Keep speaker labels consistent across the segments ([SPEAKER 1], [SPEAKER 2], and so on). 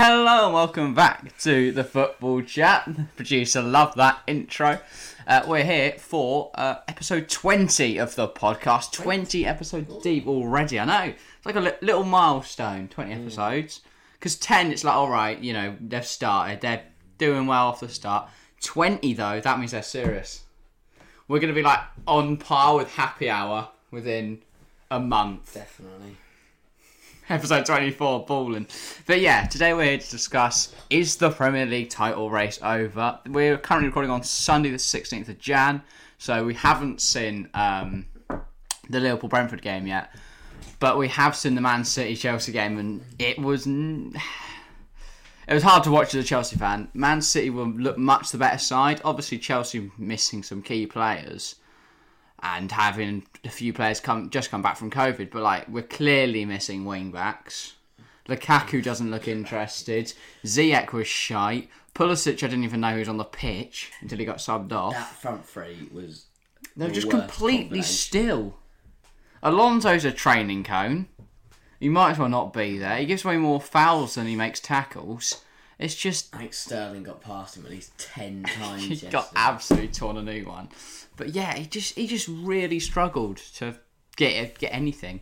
[SPEAKER 1] Hello and welcome back to the football chat. Producer, love that intro. Uh, we're here for uh, episode 20 of the podcast. 20 episodes deep already. I know it's like a li- little milestone. 20 episodes because 10 it's like all right, you know they've started, they're doing well off the start. 20 though, that means they're serious. We're gonna be like on par with Happy Hour within a month
[SPEAKER 2] Definitely.
[SPEAKER 1] episode 24 balling but yeah today we're here to discuss is the premier league title race over we're currently recording on sunday the 16th of jan so we haven't seen um, the liverpool brentford game yet but we have seen the man city chelsea game and it was n- it was hard to watch as a chelsea fan man city will look much the better side obviously chelsea missing some key players and having a few players come just come back from COVID, but like we're clearly missing wing backs. Lukaku doesn't look interested. Ziyech was shite. Pulisic, I didn't even know he was on the pitch until he got subbed
[SPEAKER 2] That
[SPEAKER 1] off.
[SPEAKER 2] front three was.
[SPEAKER 1] They're
[SPEAKER 2] the
[SPEAKER 1] just
[SPEAKER 2] worst
[SPEAKER 1] completely
[SPEAKER 2] combination.
[SPEAKER 1] still. Alonso's a training cone. He might as well not be there. He gives away more fouls than he makes tackles. It's just
[SPEAKER 2] I think Sterling got past him at least ten times.
[SPEAKER 1] he
[SPEAKER 2] yesterday.
[SPEAKER 1] got absolutely torn a new one. But yeah, he just he just really struggled to get get anything.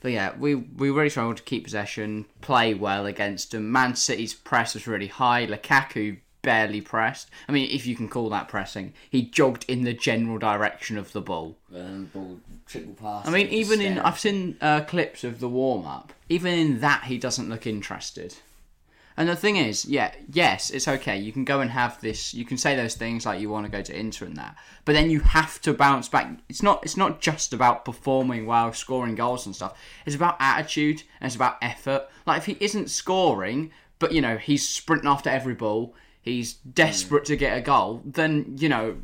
[SPEAKER 1] But yeah, we we really struggled to keep possession, play well against them. Man City's press was really high. Lukaku barely pressed. I mean, if you can call that pressing, he jogged in the general direction of the ball.
[SPEAKER 2] But then the ball triple pass.
[SPEAKER 1] I mean,
[SPEAKER 2] it was
[SPEAKER 1] even in
[SPEAKER 2] scary.
[SPEAKER 1] I've seen uh, clips of the warm up. Even in that, he doesn't look interested. And the thing is, yeah, yes, it's okay. You can go and have this. You can say those things like you want to go to Inter and that, but then you have to bounce back. It's not. It's not just about performing well, scoring goals and stuff. It's about attitude and it's about effort. Like if he isn't scoring, but you know he's sprinting after every ball, he's desperate to get a goal. Then you know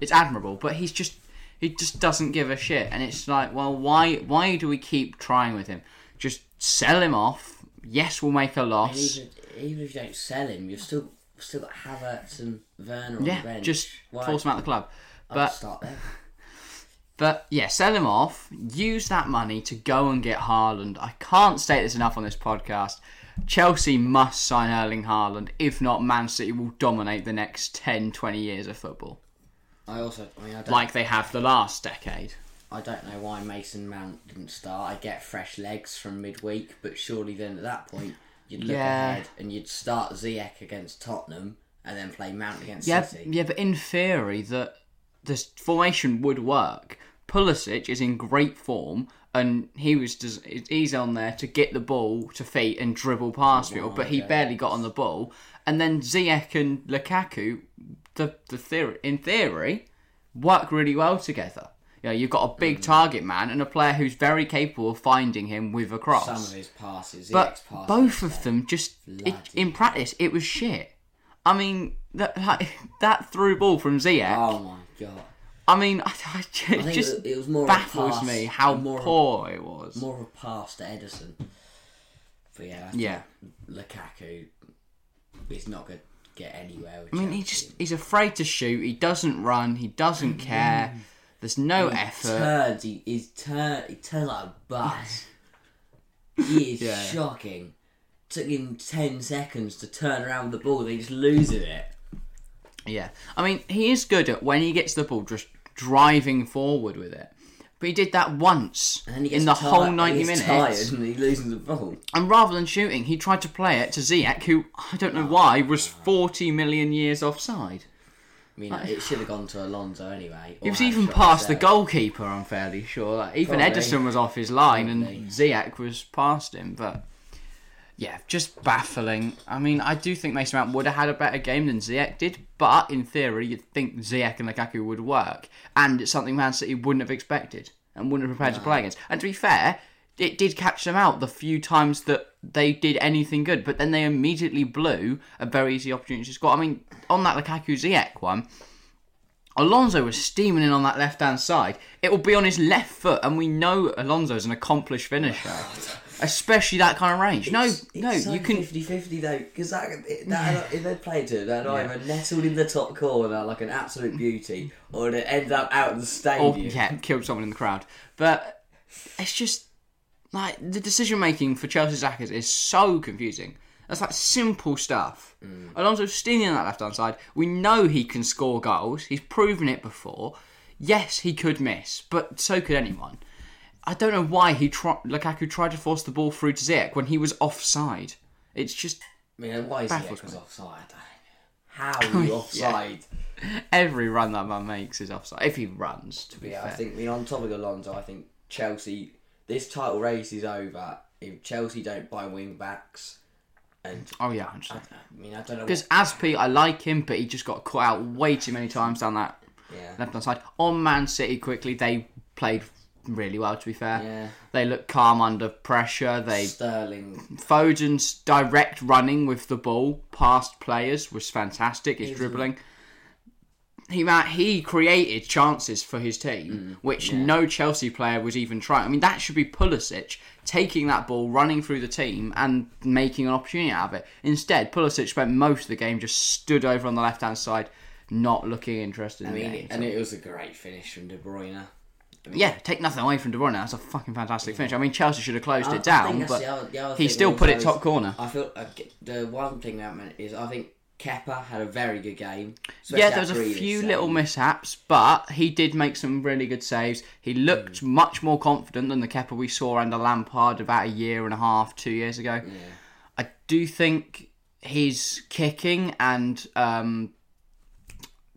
[SPEAKER 1] it's admirable, but he's just he just doesn't give a shit, and it's like, well, why why do we keep trying with him? Just sell him off. Yes, we'll make a loss.
[SPEAKER 2] even, even if you don't sell him, you've still still got Havertz and Werner on
[SPEAKER 1] Yeah,
[SPEAKER 2] the bench.
[SPEAKER 1] just
[SPEAKER 2] Why
[SPEAKER 1] force him out of the club.
[SPEAKER 2] not
[SPEAKER 1] But
[SPEAKER 2] start there?
[SPEAKER 1] but yeah, sell him off. Use that money to go and get Haaland. I can't state this enough on this podcast. Chelsea must sign Erling Haaland. If not, Man City will dominate the next 10, 20 years of football,
[SPEAKER 2] I also, I mean, I don't,
[SPEAKER 1] like they have the last decade.
[SPEAKER 2] I don't know why Mason Mount didn't start. I get fresh legs from midweek, but surely then at that point you'd look
[SPEAKER 1] Yeah.
[SPEAKER 2] ahead and you'd start Ziyech against Tottenham and then play Mount against
[SPEAKER 1] Yeah,
[SPEAKER 2] City.
[SPEAKER 1] yeah, but in theory, that this formation would work. Pulisic is in great form, and he was des- he's on there to get the ball to feet and dribble past people, but he barely got on the ball. And then Ziyech and Lukaku, the the theory in theory, work really well together. You know, you've got a big target man and a player who's very capable of finding him with a cross.
[SPEAKER 2] Some of his passes,
[SPEAKER 1] But
[SPEAKER 2] Ziyech's passes.
[SPEAKER 1] both of them just it,
[SPEAKER 2] Bloody
[SPEAKER 1] in practice it was shit. I mean that like, that through ball from Ziyech.
[SPEAKER 2] Oh my god!
[SPEAKER 1] I mean, I, I ju-
[SPEAKER 2] I
[SPEAKER 1] it
[SPEAKER 2] think
[SPEAKER 1] just
[SPEAKER 2] it, it was more of a
[SPEAKER 1] baffles
[SPEAKER 2] pass,
[SPEAKER 1] me how
[SPEAKER 2] more of a-
[SPEAKER 1] poor it was.
[SPEAKER 2] more of a pass to Edison. But yeah, I think
[SPEAKER 1] yeah,
[SPEAKER 2] Lukaku is not going to get anywhere. With
[SPEAKER 1] I mean, he just he's afraid to shoot. He doesn't run. He
[SPEAKER 2] Mm.
[SPEAKER 1] doesn't care. There's no effort.
[SPEAKER 2] turns. He is turn. He turns like a bus. he is
[SPEAKER 1] Yeah.
[SPEAKER 2] shocking. Took him ten seconds to turn around the ball. They just losing it.
[SPEAKER 1] Yeah, I mean, he is good at when he gets the ball, just driving forward with it. But he did that once
[SPEAKER 2] And then he gets
[SPEAKER 1] in the
[SPEAKER 2] tired-
[SPEAKER 1] whole ninety
[SPEAKER 2] he gets
[SPEAKER 1] minutes.
[SPEAKER 2] Tired and he loses the ball.
[SPEAKER 1] And rather than shooting, he tried to play it to Ziyech, who I don't know why was 40 million years offside.
[SPEAKER 2] I mean, it should have gone to Alonso anyway.
[SPEAKER 1] He was even past the goalkeeper, I'm fairly sure. Like, even
[SPEAKER 2] Probably.
[SPEAKER 1] Edison was off his line and Ziyech was past him. But yeah, just baffling. I mean, I do think Mason Mount would have had a better game than Ziyech did, but in theory, you'd think Ziyech and Lukaku would work. And it's something Man City wouldn't have expected and wouldn't have prepared to play against. And to be fair, it did catch them out the few times that they did anything good, but then they immediately blew a very easy opportunity to score. I mean, on that Lukaku Ziyech one, Alonso was steaming in on that left hand side. It will be on his left foot, and we know Alonso's an accomplished finisher, especially that kind of range. No, no, you can.
[SPEAKER 2] 50-50 though, because that, it- that if they played to it, that either nestled in the top corner like an absolute beauty, or it ends up out in the
[SPEAKER 1] Or,
[SPEAKER 2] stadium.
[SPEAKER 1] yeah, killed someone in the crowd. But it's just like the decision making for Chelsea attackers is so confusing. That's like simple stuff.
[SPEAKER 2] Mm.
[SPEAKER 1] Alonso's stealing that left hand side. We know he can score goals. He's proven it before. Yes, he could miss, but so could anyone. I don't know why he tri- Lukaku tried to force the ball through to Ziyech when he was offside. It's just
[SPEAKER 2] I mean, why is he
[SPEAKER 1] Baffles me.
[SPEAKER 2] offside? How are you offside?
[SPEAKER 1] every run that man makes is offside. If he runs, to be
[SPEAKER 2] Yeah, I
[SPEAKER 1] fair.
[SPEAKER 2] think. I mean, on top of Alonso, I think Chelsea. This title race is over if Chelsea don't buy wing backs. And
[SPEAKER 1] oh yeah, 100%.
[SPEAKER 2] I mean, I don't know.
[SPEAKER 1] Because Aspi, I like him, but he just got caught out way too many times down that
[SPEAKER 2] what- yeah,
[SPEAKER 1] left hand side. On Man City, quickly they played really well. To be fair,
[SPEAKER 2] Yeah.
[SPEAKER 1] they looked calm under pressure. They
[SPEAKER 2] Sterling.
[SPEAKER 1] Foden's direct running with the ball past players was fantastic. His dribbling. He ma- he created chances for his
[SPEAKER 2] Mm,
[SPEAKER 1] team, which no Chelsea player was even trying. I mean, that should be Pulisic taking that ball, running through the team, and making an opportunity out of it. Instead, Pulisic spent most of the game just stood over on the left hand side, not looking interested.
[SPEAKER 2] I
[SPEAKER 1] in
[SPEAKER 2] mean,
[SPEAKER 1] the game.
[SPEAKER 2] and it was a great finish from De Bruyne.
[SPEAKER 1] Yeah, take nothing away from De Bruyne. That's a fucking fantastic finish. I mean, Chelsea should have closed
[SPEAKER 2] I- I
[SPEAKER 1] it down,
[SPEAKER 2] think that's
[SPEAKER 1] but
[SPEAKER 2] the other- the other
[SPEAKER 1] he
[SPEAKER 2] thing
[SPEAKER 1] still put it
[SPEAKER 2] also is-
[SPEAKER 1] top corner.
[SPEAKER 2] I feel uh, the one thing that meant is I think Kepper had a very good game.
[SPEAKER 1] Yeah,
[SPEAKER 2] especially
[SPEAKER 1] there was a
[SPEAKER 2] that Grealish
[SPEAKER 1] few
[SPEAKER 2] save.
[SPEAKER 1] little mishaps, but he did make some really good saves. He looked
[SPEAKER 2] Hmm.
[SPEAKER 1] much more confident than the Kepa we saw under Lampard about a year and a half, two years ago. I do think his kicking and um,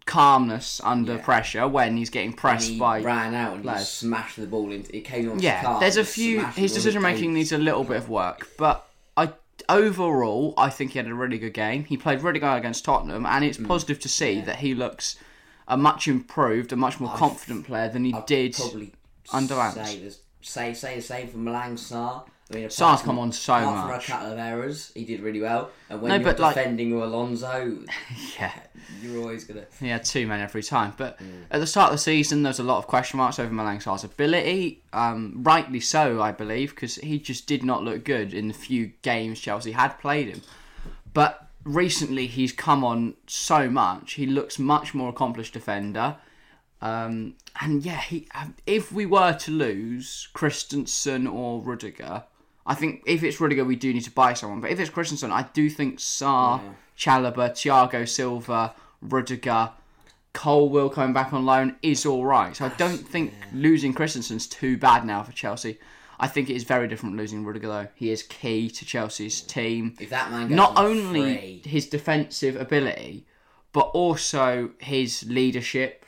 [SPEAKER 1] calmness under pressure when he's getting pressed
[SPEAKER 2] He
[SPEAKER 1] by
[SPEAKER 2] ran out and
[SPEAKER 1] players.
[SPEAKER 2] just smashed the ball into. It came on.
[SPEAKER 1] Yeah, there's a few. His decision making needs a little bit of work, but I overall I think he had a really good game. He played really well against Tottenham, and it's positive to see that he looks a much improved, a much more confident player than he did.
[SPEAKER 2] probably
[SPEAKER 1] under Ants.
[SPEAKER 2] say, this- say say the same for Malang Sarr. I mean, apart
[SPEAKER 1] Sarr's
[SPEAKER 2] from-
[SPEAKER 1] come on so
[SPEAKER 2] apart from
[SPEAKER 1] much.
[SPEAKER 2] a couple of errors, he did really well. And when
[SPEAKER 1] No,
[SPEAKER 2] you're
[SPEAKER 1] but, like-
[SPEAKER 2] defending with Alonso,
[SPEAKER 1] Yeah,
[SPEAKER 2] you're always gonna.
[SPEAKER 1] he had two men every time. But at the start of the season, there's a lot of question marks over Malang Sarr's ability. Um, rightly so, I believe, because he just did not look good in the few games Chelsea had played him. but recently he's come on so much. He looks much more accomplished defender. Um, and yeah, he um, if we were to lose Christensen or Rudiger, I think if it's Rudiger, we do need to buy someone. But if it's Christensen, I do think Saar, Chalobah, Thiago Silva, Rudiger, Cole will coming back on loan is all right. So I don't think losing Christensen's too bad now for Chelsea. I think it is very different losing Rudiger though. He is key to Chelsea's team
[SPEAKER 2] If that man goes
[SPEAKER 1] not
[SPEAKER 2] on
[SPEAKER 1] only
[SPEAKER 2] free,
[SPEAKER 1] his defensive ability, but also his leadership.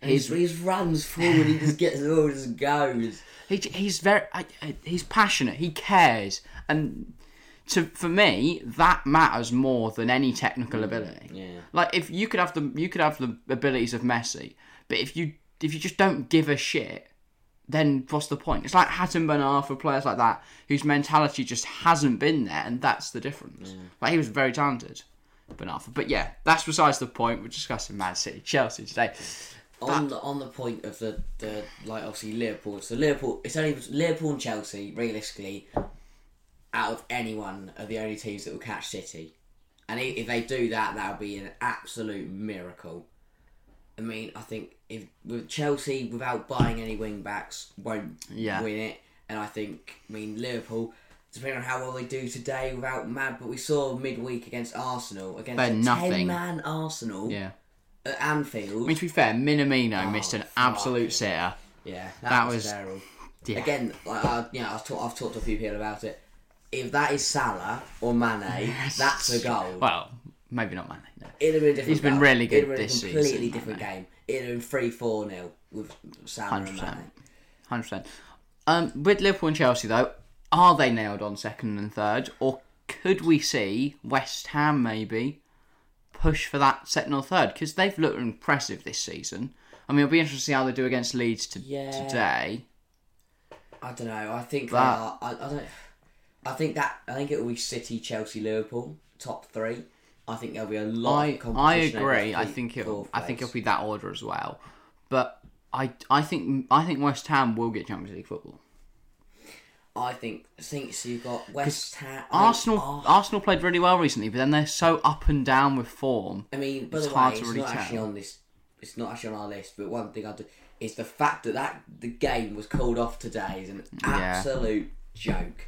[SPEAKER 2] his, his runs forward, he just gets the ball, and just goes.
[SPEAKER 1] He, he's very I- I- he's passionate. He cares, and to for me that matters more than any technical ability.
[SPEAKER 2] Yeah.
[SPEAKER 1] Like if you could have the you could have the abilities of Messi, but if you if you just don't give a shit, then what's the point? It's like Hatton Bernard for players like that whose mentality just hasn't been there, and that's the difference. Like he was very talented, Bernard. But yeah, that's besides the point. We're discussing Man City, Chelsea today.
[SPEAKER 2] on the on the point of the, the like obviously Liverpool. So Liverpool, it's only Liverpool and Chelsea realistically out of anyone are the only teams that will catch City, and i- if they do that, that'll be an absolute miracle. I mean, I think if with Chelsea without buying any wing backs won't
[SPEAKER 1] Yeah.
[SPEAKER 2] win it, and I think I mean Liverpool. Depending on how well they do today without Mad, but we saw midweek against Arsenal against
[SPEAKER 1] They're
[SPEAKER 2] a
[SPEAKER 1] nothing.
[SPEAKER 2] ten-man Arsenal
[SPEAKER 1] Yeah.
[SPEAKER 2] at Anfield.
[SPEAKER 1] I mean, to be fair, Minamino missed an
[SPEAKER 2] Oh, fuck.
[SPEAKER 1] absolute sitter.
[SPEAKER 2] Yeah, that,
[SPEAKER 1] That
[SPEAKER 2] was,
[SPEAKER 1] was-
[SPEAKER 2] terrible.
[SPEAKER 1] Yeah.
[SPEAKER 2] Again, like, I, you know, I've, talk, I've talked to a few people about it. If that is Salah or Mane, that's a goal.
[SPEAKER 1] Well, maybe not Mane. No.
[SPEAKER 2] It'd have been a different
[SPEAKER 1] he's been
[SPEAKER 2] goal.
[SPEAKER 1] really good
[SPEAKER 2] It'd have been
[SPEAKER 1] this
[SPEAKER 2] a completely
[SPEAKER 1] season,
[SPEAKER 2] different
[SPEAKER 1] Mane.
[SPEAKER 2] game. It'd have been 3 4 nil with Salah and
[SPEAKER 1] 100%.
[SPEAKER 2] Mane.
[SPEAKER 1] Hundred percent. Um, with Liverpool and Chelsea though, are they nailed on second and third, or could we see West Ham maybe push for that second or third? Because they've looked impressive this season. I mean, it'll be interesting to see how they do against Leeds to-
[SPEAKER 2] Yeah.
[SPEAKER 1] today.
[SPEAKER 2] I don't know. I think they
[SPEAKER 1] That-
[SPEAKER 2] are. I, I don't. I think that. I think it will be City, Chelsea, Liverpool, top three. I think there'll be a lot.
[SPEAKER 1] I
[SPEAKER 2] of
[SPEAKER 1] I
[SPEAKER 2] competition over
[SPEAKER 1] agree. I
[SPEAKER 2] three-
[SPEAKER 1] think it'll
[SPEAKER 2] fourth
[SPEAKER 1] I think
[SPEAKER 2] place.
[SPEAKER 1] it'll be that order as well. But I I think I think West Ham will get Champions League football.
[SPEAKER 2] I think since you've got West Ham, I think
[SPEAKER 1] Arsenal Arsenal played really well recently, but then they're so up and down with form.
[SPEAKER 2] I mean, by
[SPEAKER 1] It's
[SPEAKER 2] the
[SPEAKER 1] hard
[SPEAKER 2] way,
[SPEAKER 1] to
[SPEAKER 2] it's
[SPEAKER 1] really
[SPEAKER 2] not actually
[SPEAKER 1] tell.
[SPEAKER 2] on this. It's not actually on our list, but one thing I do is the fact that that the game was called off today is an absolute joke.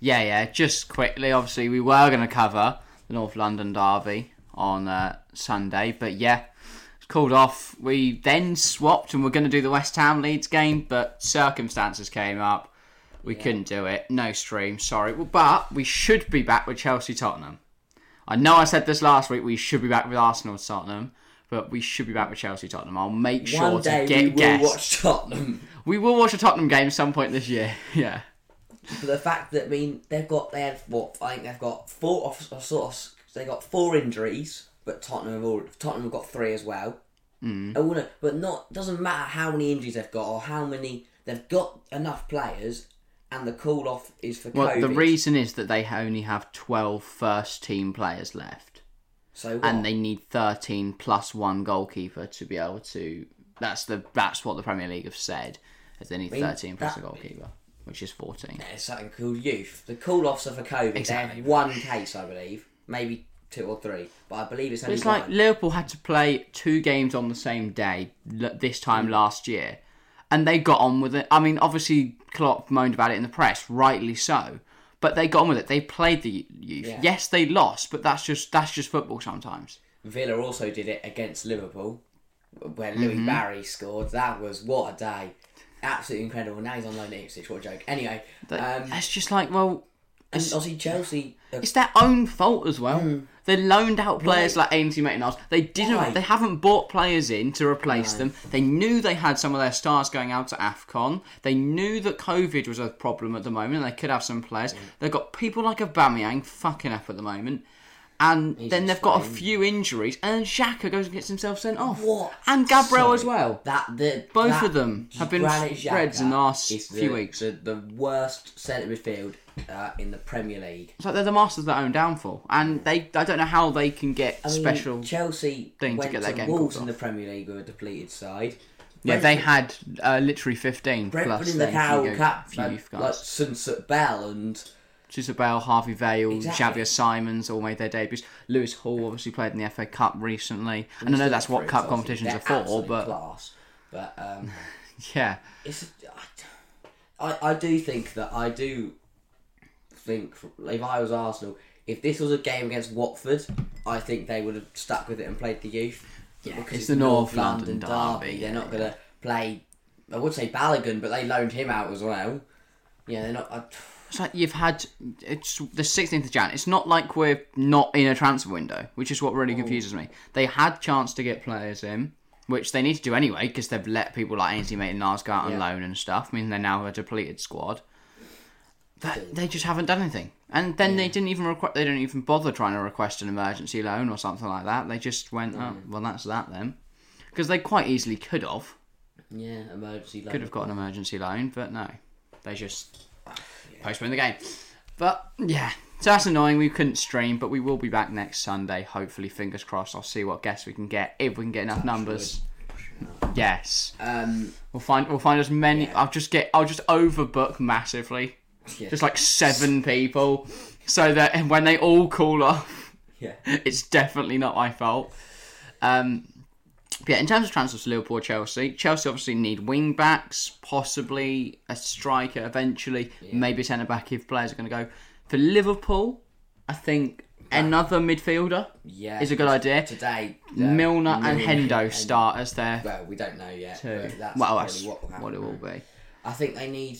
[SPEAKER 1] Yeah, yeah. Just quickly, obviously, we were going to cover the North London Derby on uh, Sunday, but yeah, it's called off. We then swapped and we're going to do the West Ham Leeds game, but circumstances came up. We couldn't do it. No stream, sorry. Well, but we should be back with Chelsea Tottenham. I know I said this last week. We should be back with Arsenal Tottenham, but we should be back with Chelsea Tottenham. I'll make sure
[SPEAKER 2] One
[SPEAKER 1] to
[SPEAKER 2] day
[SPEAKER 1] get
[SPEAKER 2] we will
[SPEAKER 1] guests.
[SPEAKER 2] watch Tottenham.
[SPEAKER 1] We will watch a Tottenham game some point this year. Yeah.
[SPEAKER 2] But the fact that I mean they've got they have what I think they've got four off or sort of they got four injuries, but Tottenham have all, Tottenham have got three as well. Mm. I wanna, but not doesn't matter how many injuries they've got or how many they've got enough players, and the call off is for
[SPEAKER 1] Well,
[SPEAKER 2] COVID.
[SPEAKER 1] the reason is that they only have 12 first team players left,
[SPEAKER 2] so what?
[SPEAKER 1] and they need 13 plus one goalkeeper to be able to. That's the that's what the Premier League have said. Is they need 13 plus a
[SPEAKER 2] that-
[SPEAKER 1] goalkeeper, which is 14.
[SPEAKER 2] there's something called youth. The call offs are for COVID.
[SPEAKER 1] Exactly.
[SPEAKER 2] They have one case, I believe, maybe two or three, but I believe it's only
[SPEAKER 1] It's
[SPEAKER 2] one.
[SPEAKER 1] like Liverpool had to play two games on the same day l- this
[SPEAKER 2] Mm.
[SPEAKER 1] time last year, and they got on with it. I mean, obviously Klopp moaned about it in the press, rightly so, but they got on with it. They played the youth.
[SPEAKER 2] Yeah.
[SPEAKER 1] Yes, they lost, but that's just that's just football sometimes.
[SPEAKER 2] Villa also did it against Liverpool when Louis
[SPEAKER 1] Mm-hmm.
[SPEAKER 2] Barry scored. That was what a day. Absolutely incredible. Now he's on loan at Ipswich. What a joke. Anyway,
[SPEAKER 1] That-
[SPEAKER 2] um,
[SPEAKER 1] that's just like well,
[SPEAKER 2] and obviously Chelsea. uh,
[SPEAKER 1] it's their own fault as well. They loaned out players like Ainsley Maitland-Niles. They didn't.
[SPEAKER 2] Hmm. Why?
[SPEAKER 1] They haven't bought players in to replace them. They knew they had some of their stars going out to Afcon. They knew that COVID was a problem at the moment. They could have some players. They've got people like Aubameyang fucking up at the moment. And then they've got a few injuries, and then Xhaka goes and gets himself sent off.
[SPEAKER 2] What?
[SPEAKER 1] And Gabriel
[SPEAKER 2] Sorry.
[SPEAKER 1] as well.
[SPEAKER 2] That the
[SPEAKER 1] Both
[SPEAKER 2] that-
[SPEAKER 1] of them have been
[SPEAKER 2] Granit
[SPEAKER 1] spreads
[SPEAKER 2] Xhaka
[SPEAKER 1] in the last
[SPEAKER 2] is the-
[SPEAKER 1] few weeks.
[SPEAKER 2] The, the worst centre midfield uh, in the Premier League.
[SPEAKER 1] It's like they're the masters of their own downfall, and they—I don't know how they can get
[SPEAKER 2] I mean,
[SPEAKER 1] special.
[SPEAKER 2] Chelsea
[SPEAKER 1] thing to
[SPEAKER 2] went
[SPEAKER 1] get that game
[SPEAKER 2] Wolves
[SPEAKER 1] called
[SPEAKER 2] in the
[SPEAKER 1] off.
[SPEAKER 2] Premier League with a depleted side.
[SPEAKER 1] Yeah, they had uh, literally 15
[SPEAKER 2] Brentford
[SPEAKER 1] plus
[SPEAKER 2] in the
[SPEAKER 1] then
[SPEAKER 2] Carroll
[SPEAKER 1] Hugo-
[SPEAKER 2] Cup,
[SPEAKER 1] few
[SPEAKER 2] like,
[SPEAKER 1] youth
[SPEAKER 2] like
[SPEAKER 1] guys.
[SPEAKER 2] Sunset Bell and
[SPEAKER 1] Chisabel, Harvey Vale,
[SPEAKER 2] Exactly.
[SPEAKER 1] Xavier Simons all made their debuts. Lewis Hall obviously played in the FA Cup recently. And I know that's what
[SPEAKER 2] Brentford,
[SPEAKER 1] cup
[SPEAKER 2] obviously.
[SPEAKER 1] competitions
[SPEAKER 2] They're
[SPEAKER 1] are for,
[SPEAKER 2] absolute
[SPEAKER 1] but
[SPEAKER 2] class. But um,
[SPEAKER 1] yeah.
[SPEAKER 2] it's I, I do think that I do think if I was Arsenal, if this was a game against Watford, I think they would have stuck with it and played the youth. Yeah,
[SPEAKER 1] it's the North London derby,
[SPEAKER 2] They're
[SPEAKER 1] yeah,
[SPEAKER 2] not gonna play. I would say Balogun, but they loaned him out as well. Yeah, they're not. I,
[SPEAKER 1] It's like you've had it's the 16th of Jan. It's not like we're not in a transfer window, which is what really confuses me. They had chance to get players in, which they need to do anyway because they've let people like Ainsley Maitland-Niles go out on
[SPEAKER 2] Yeah.
[SPEAKER 1] loan and stuff. I mean, they're now a depleted squad. But they just haven't done anything, and then they didn't even request. They didn't even bother trying to request an emergency loan or something like that. They just went, oh, well, that's that then, because they quite easily could have
[SPEAKER 2] yeah, emergency.
[SPEAKER 1] could have got an emergency loan, but no, they just postponed the game. But yeah, so that's annoying. We couldn't stream, but we will be back next Sunday. Hopefully, fingers crossed. I'll see what guests we can get if we can get enough numbers. Yes,
[SPEAKER 2] Um,
[SPEAKER 1] we'll find we'll find as many.
[SPEAKER 2] Yeah.
[SPEAKER 1] I'll just get I'll just overbook massively,
[SPEAKER 2] yeah,
[SPEAKER 1] just like seven people, so that and when they all call off,
[SPEAKER 2] yeah.
[SPEAKER 1] it's definitely not my fault. Um, but yeah, in terms of transfers to Liverpool, Chelsea, Chelsea obviously need wing backs, possibly a striker eventually, maybe a centre back if players are going to go. For Liverpool, I think another midfielder
[SPEAKER 2] Yeah,
[SPEAKER 1] is a good idea.
[SPEAKER 2] Today, uh,
[SPEAKER 1] Milner and Hendo start as their
[SPEAKER 2] Well, we don't know yet.
[SPEAKER 1] two.
[SPEAKER 2] But that's
[SPEAKER 1] Well,
[SPEAKER 2] probably
[SPEAKER 1] that's
[SPEAKER 2] what will happen.
[SPEAKER 1] what it will be.
[SPEAKER 2] I think they need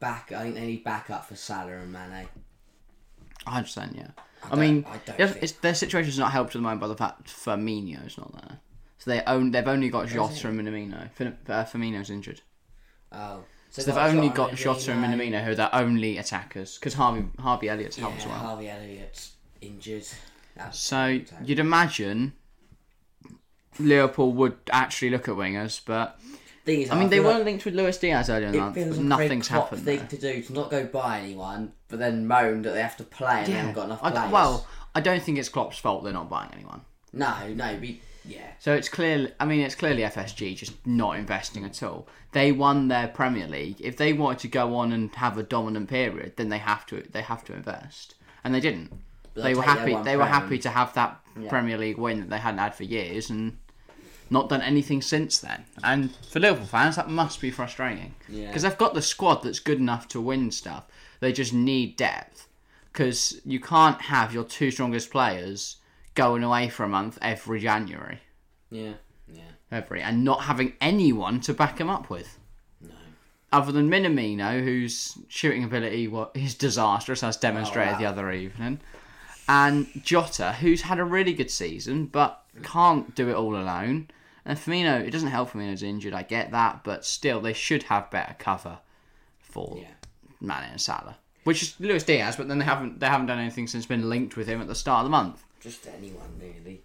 [SPEAKER 2] back. I think they need backup for Salah and Mane.
[SPEAKER 1] 100%, yeah. I,
[SPEAKER 2] don't-
[SPEAKER 1] mean,
[SPEAKER 2] I don't
[SPEAKER 1] it's-
[SPEAKER 2] think-
[SPEAKER 1] it's- their situation's not helped at the moment by the fact Firmino's not there. So they own, they've only got Jota and Minamino. Fin- uh, Firmino's injured.
[SPEAKER 2] Oh, so
[SPEAKER 1] They've only got Jota and Minamino, who are their only attackers, because Harvey Harvey Elliott's helped as
[SPEAKER 2] Yeah,
[SPEAKER 1] well.
[SPEAKER 2] Harvey Elliott's injured. That's
[SPEAKER 1] So you'd imagine Liverpool would actually look at wingers, but
[SPEAKER 2] thing is,
[SPEAKER 1] I mean they
[SPEAKER 2] feel
[SPEAKER 1] were
[SPEAKER 2] like
[SPEAKER 1] linked with Luis Diaz earlier in the
[SPEAKER 2] it
[SPEAKER 1] month, but
[SPEAKER 2] feels like a very
[SPEAKER 1] nothing's
[SPEAKER 2] Klopp
[SPEAKER 1] happened.
[SPEAKER 2] Thing
[SPEAKER 1] there.
[SPEAKER 2] to do to not go buy anyone, but then moan that they have to play and they haven't got enough
[SPEAKER 1] I-
[SPEAKER 2] players.
[SPEAKER 1] well, I don't think it's Klopp's fault they're not buying anyone.
[SPEAKER 2] no, no, we, yeah,
[SPEAKER 1] So it's clear. I mean, it's clearly FSG just not investing at all. They won their Premier League. If they wanted to go on and have a dominant period, then they have to. They have to invest, and they didn't.
[SPEAKER 2] But
[SPEAKER 1] they
[SPEAKER 2] they'll
[SPEAKER 1] were
[SPEAKER 2] take their
[SPEAKER 1] happy.
[SPEAKER 2] one
[SPEAKER 1] They were
[SPEAKER 2] Prem.
[SPEAKER 1] happy to have that Premier League win that they hadn't had for years, and not done anything since then. And for Liverpool fans, that must be frustrating
[SPEAKER 2] Yeah.
[SPEAKER 1] because they've got the squad that's good enough to win stuff. They just need depth because you can't have your two strongest players going away for a month every January,
[SPEAKER 2] Yeah. Yeah.
[SPEAKER 1] every and not having anyone to back them up with
[SPEAKER 2] No.
[SPEAKER 1] other than Minamino, whose shooting ability wa- is disastrous, as demonstrated
[SPEAKER 2] Oh, wow.
[SPEAKER 1] the other evening, and Jota, who's had a really good season but can't do it all alone. And Firmino, it doesn't help Firmino's injured, I get that, but still, they should have better cover for
[SPEAKER 2] Yeah.
[SPEAKER 1] Mane and Salah, which is Luis Diaz. But then they haven't they haven't done anything since been linked with him at the start of the month.
[SPEAKER 2] Just anyone really.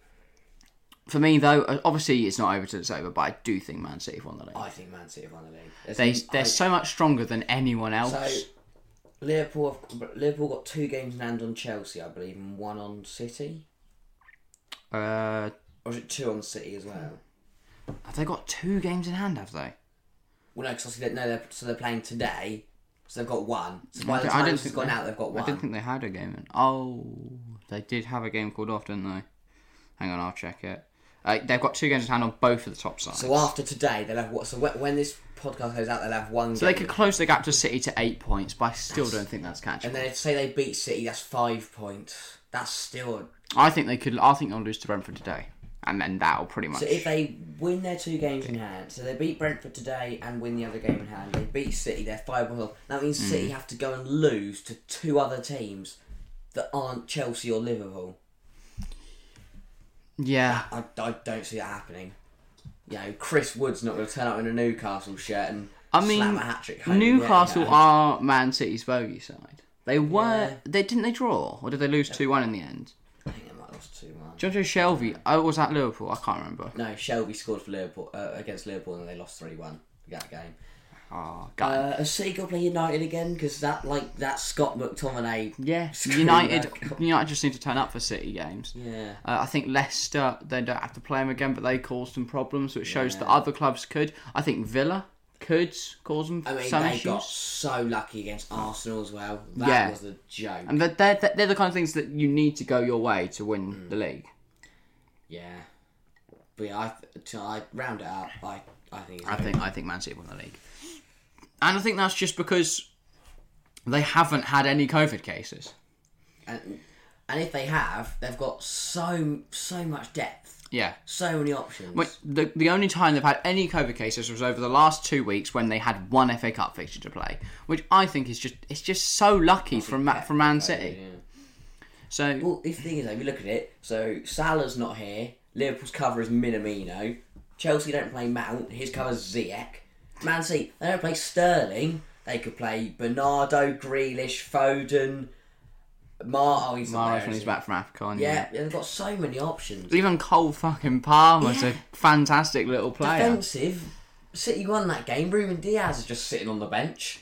[SPEAKER 1] For me, though, obviously it's not over till it's over, but I do think Man City have won the league.
[SPEAKER 2] I think Man City have won the league. There's-
[SPEAKER 1] They
[SPEAKER 2] I-
[SPEAKER 1] they're so much stronger than anyone else.
[SPEAKER 2] So Liverpool, have, Liverpool got two games in hand on Chelsea, I believe, and one on City,
[SPEAKER 1] uh,
[SPEAKER 2] or is it two on City as well?
[SPEAKER 1] Have they got two games in hand, have they?
[SPEAKER 2] Well, no, because obviously they no, they're, so they're playing today, so they've got one. So by
[SPEAKER 1] I
[SPEAKER 2] the
[SPEAKER 1] don't- I
[SPEAKER 2] time
[SPEAKER 1] don't
[SPEAKER 2] this has
[SPEAKER 1] think
[SPEAKER 2] gone
[SPEAKER 1] they-
[SPEAKER 2] out, they've got
[SPEAKER 1] I didn't
[SPEAKER 2] one.
[SPEAKER 1] think they had a game in. Oh, they did have a game called off, didn't they? Hang on, I'll check it. Uh, they've got two games in hand on both of the top sides.
[SPEAKER 2] So after today, they'll have what? So wh- when this podcast goes out, they'll have one.
[SPEAKER 1] So they
[SPEAKER 2] game.
[SPEAKER 1] could close the gap to City to eight points, but I still don't think that's catchable.
[SPEAKER 2] and then if say they beat City, that's five points. That's still.
[SPEAKER 1] I think they could. I think they'll lose to Brentford today, and then that'll pretty much.
[SPEAKER 2] So if they win their two games in hand, so they beat Brentford today and win the other game in hand, they beat City, they're five points off. That means
[SPEAKER 1] Mm.
[SPEAKER 2] City have to go and lose to two other teams that aren't Chelsea or Liverpool.
[SPEAKER 1] yeah,
[SPEAKER 2] I, I don't see that happening. You know, Chris Wood's not going to turn up in a Newcastle shirt and
[SPEAKER 1] I mean,
[SPEAKER 2] slam a hat trick home.
[SPEAKER 1] Newcastle
[SPEAKER 2] Yeah, yeah.
[SPEAKER 1] are Man City's bogey side. They were.
[SPEAKER 2] Yeah.
[SPEAKER 1] They didn't they draw, or did they lose two one in the end?
[SPEAKER 2] I think they might have lost 2 1.
[SPEAKER 1] Jojo Shelby. Oh, was that Liverpool? I can't remember.
[SPEAKER 2] No, Shelby scored for Liverpool uh, against Liverpool and they lost 3 1 that game.
[SPEAKER 1] Oh, God.
[SPEAKER 2] Uh, has City got to play United again? Because that, like, that Scott McTominay.
[SPEAKER 1] Yeah,
[SPEAKER 2] screwed
[SPEAKER 1] United.
[SPEAKER 2] that up.
[SPEAKER 1] United just need to turn up for City games.
[SPEAKER 2] Yeah.
[SPEAKER 1] Uh, I think Leicester they don't have to play them again, but they caused some problems, which shows that
[SPEAKER 2] Yeah.
[SPEAKER 1] other clubs could. I think Villa could cause them
[SPEAKER 2] I mean,
[SPEAKER 1] some
[SPEAKER 2] they
[SPEAKER 1] issues,
[SPEAKER 2] got so lucky against Arsenal as well. That
[SPEAKER 1] Yeah.
[SPEAKER 2] was a joke.
[SPEAKER 1] and they're, they're they're the kind of things that you need to go your way to win
[SPEAKER 2] Mm.
[SPEAKER 1] the league.
[SPEAKER 2] yeah. But yeah, I, to, I round it up. I, I think it's
[SPEAKER 1] I think I think Man City won the league, and I think that's just because they haven't had any COVID cases.
[SPEAKER 2] and, and if they have, they've got so so much depth,
[SPEAKER 1] Yeah.
[SPEAKER 2] so many options.
[SPEAKER 1] But the, the only time they've had any COVID cases was over the last two weeks when they had one FA Cup fixture to play, which I think is just it's just so lucky from Ma- from Man City. So
[SPEAKER 2] Well, the thing is, though, if you look at it, so Salah's not here. Liverpool's cover is Minamino. Chelsea don't play Mount. His cover is Ziyech. Man City they don't play Sterling. They could play Bernardo, Grealish, Foden, Mar. Oh, he's not
[SPEAKER 1] Mahrez
[SPEAKER 2] there,
[SPEAKER 1] when
[SPEAKER 2] is
[SPEAKER 1] he's
[SPEAKER 2] he?
[SPEAKER 1] back from Africa, yeah.
[SPEAKER 2] Yeah, yeah, they've got so many options.
[SPEAKER 1] Even Cole fucking Palmer's a fantastic little player,
[SPEAKER 2] Offensive. City won that game. Ruben Diaz is just sitting on the bench.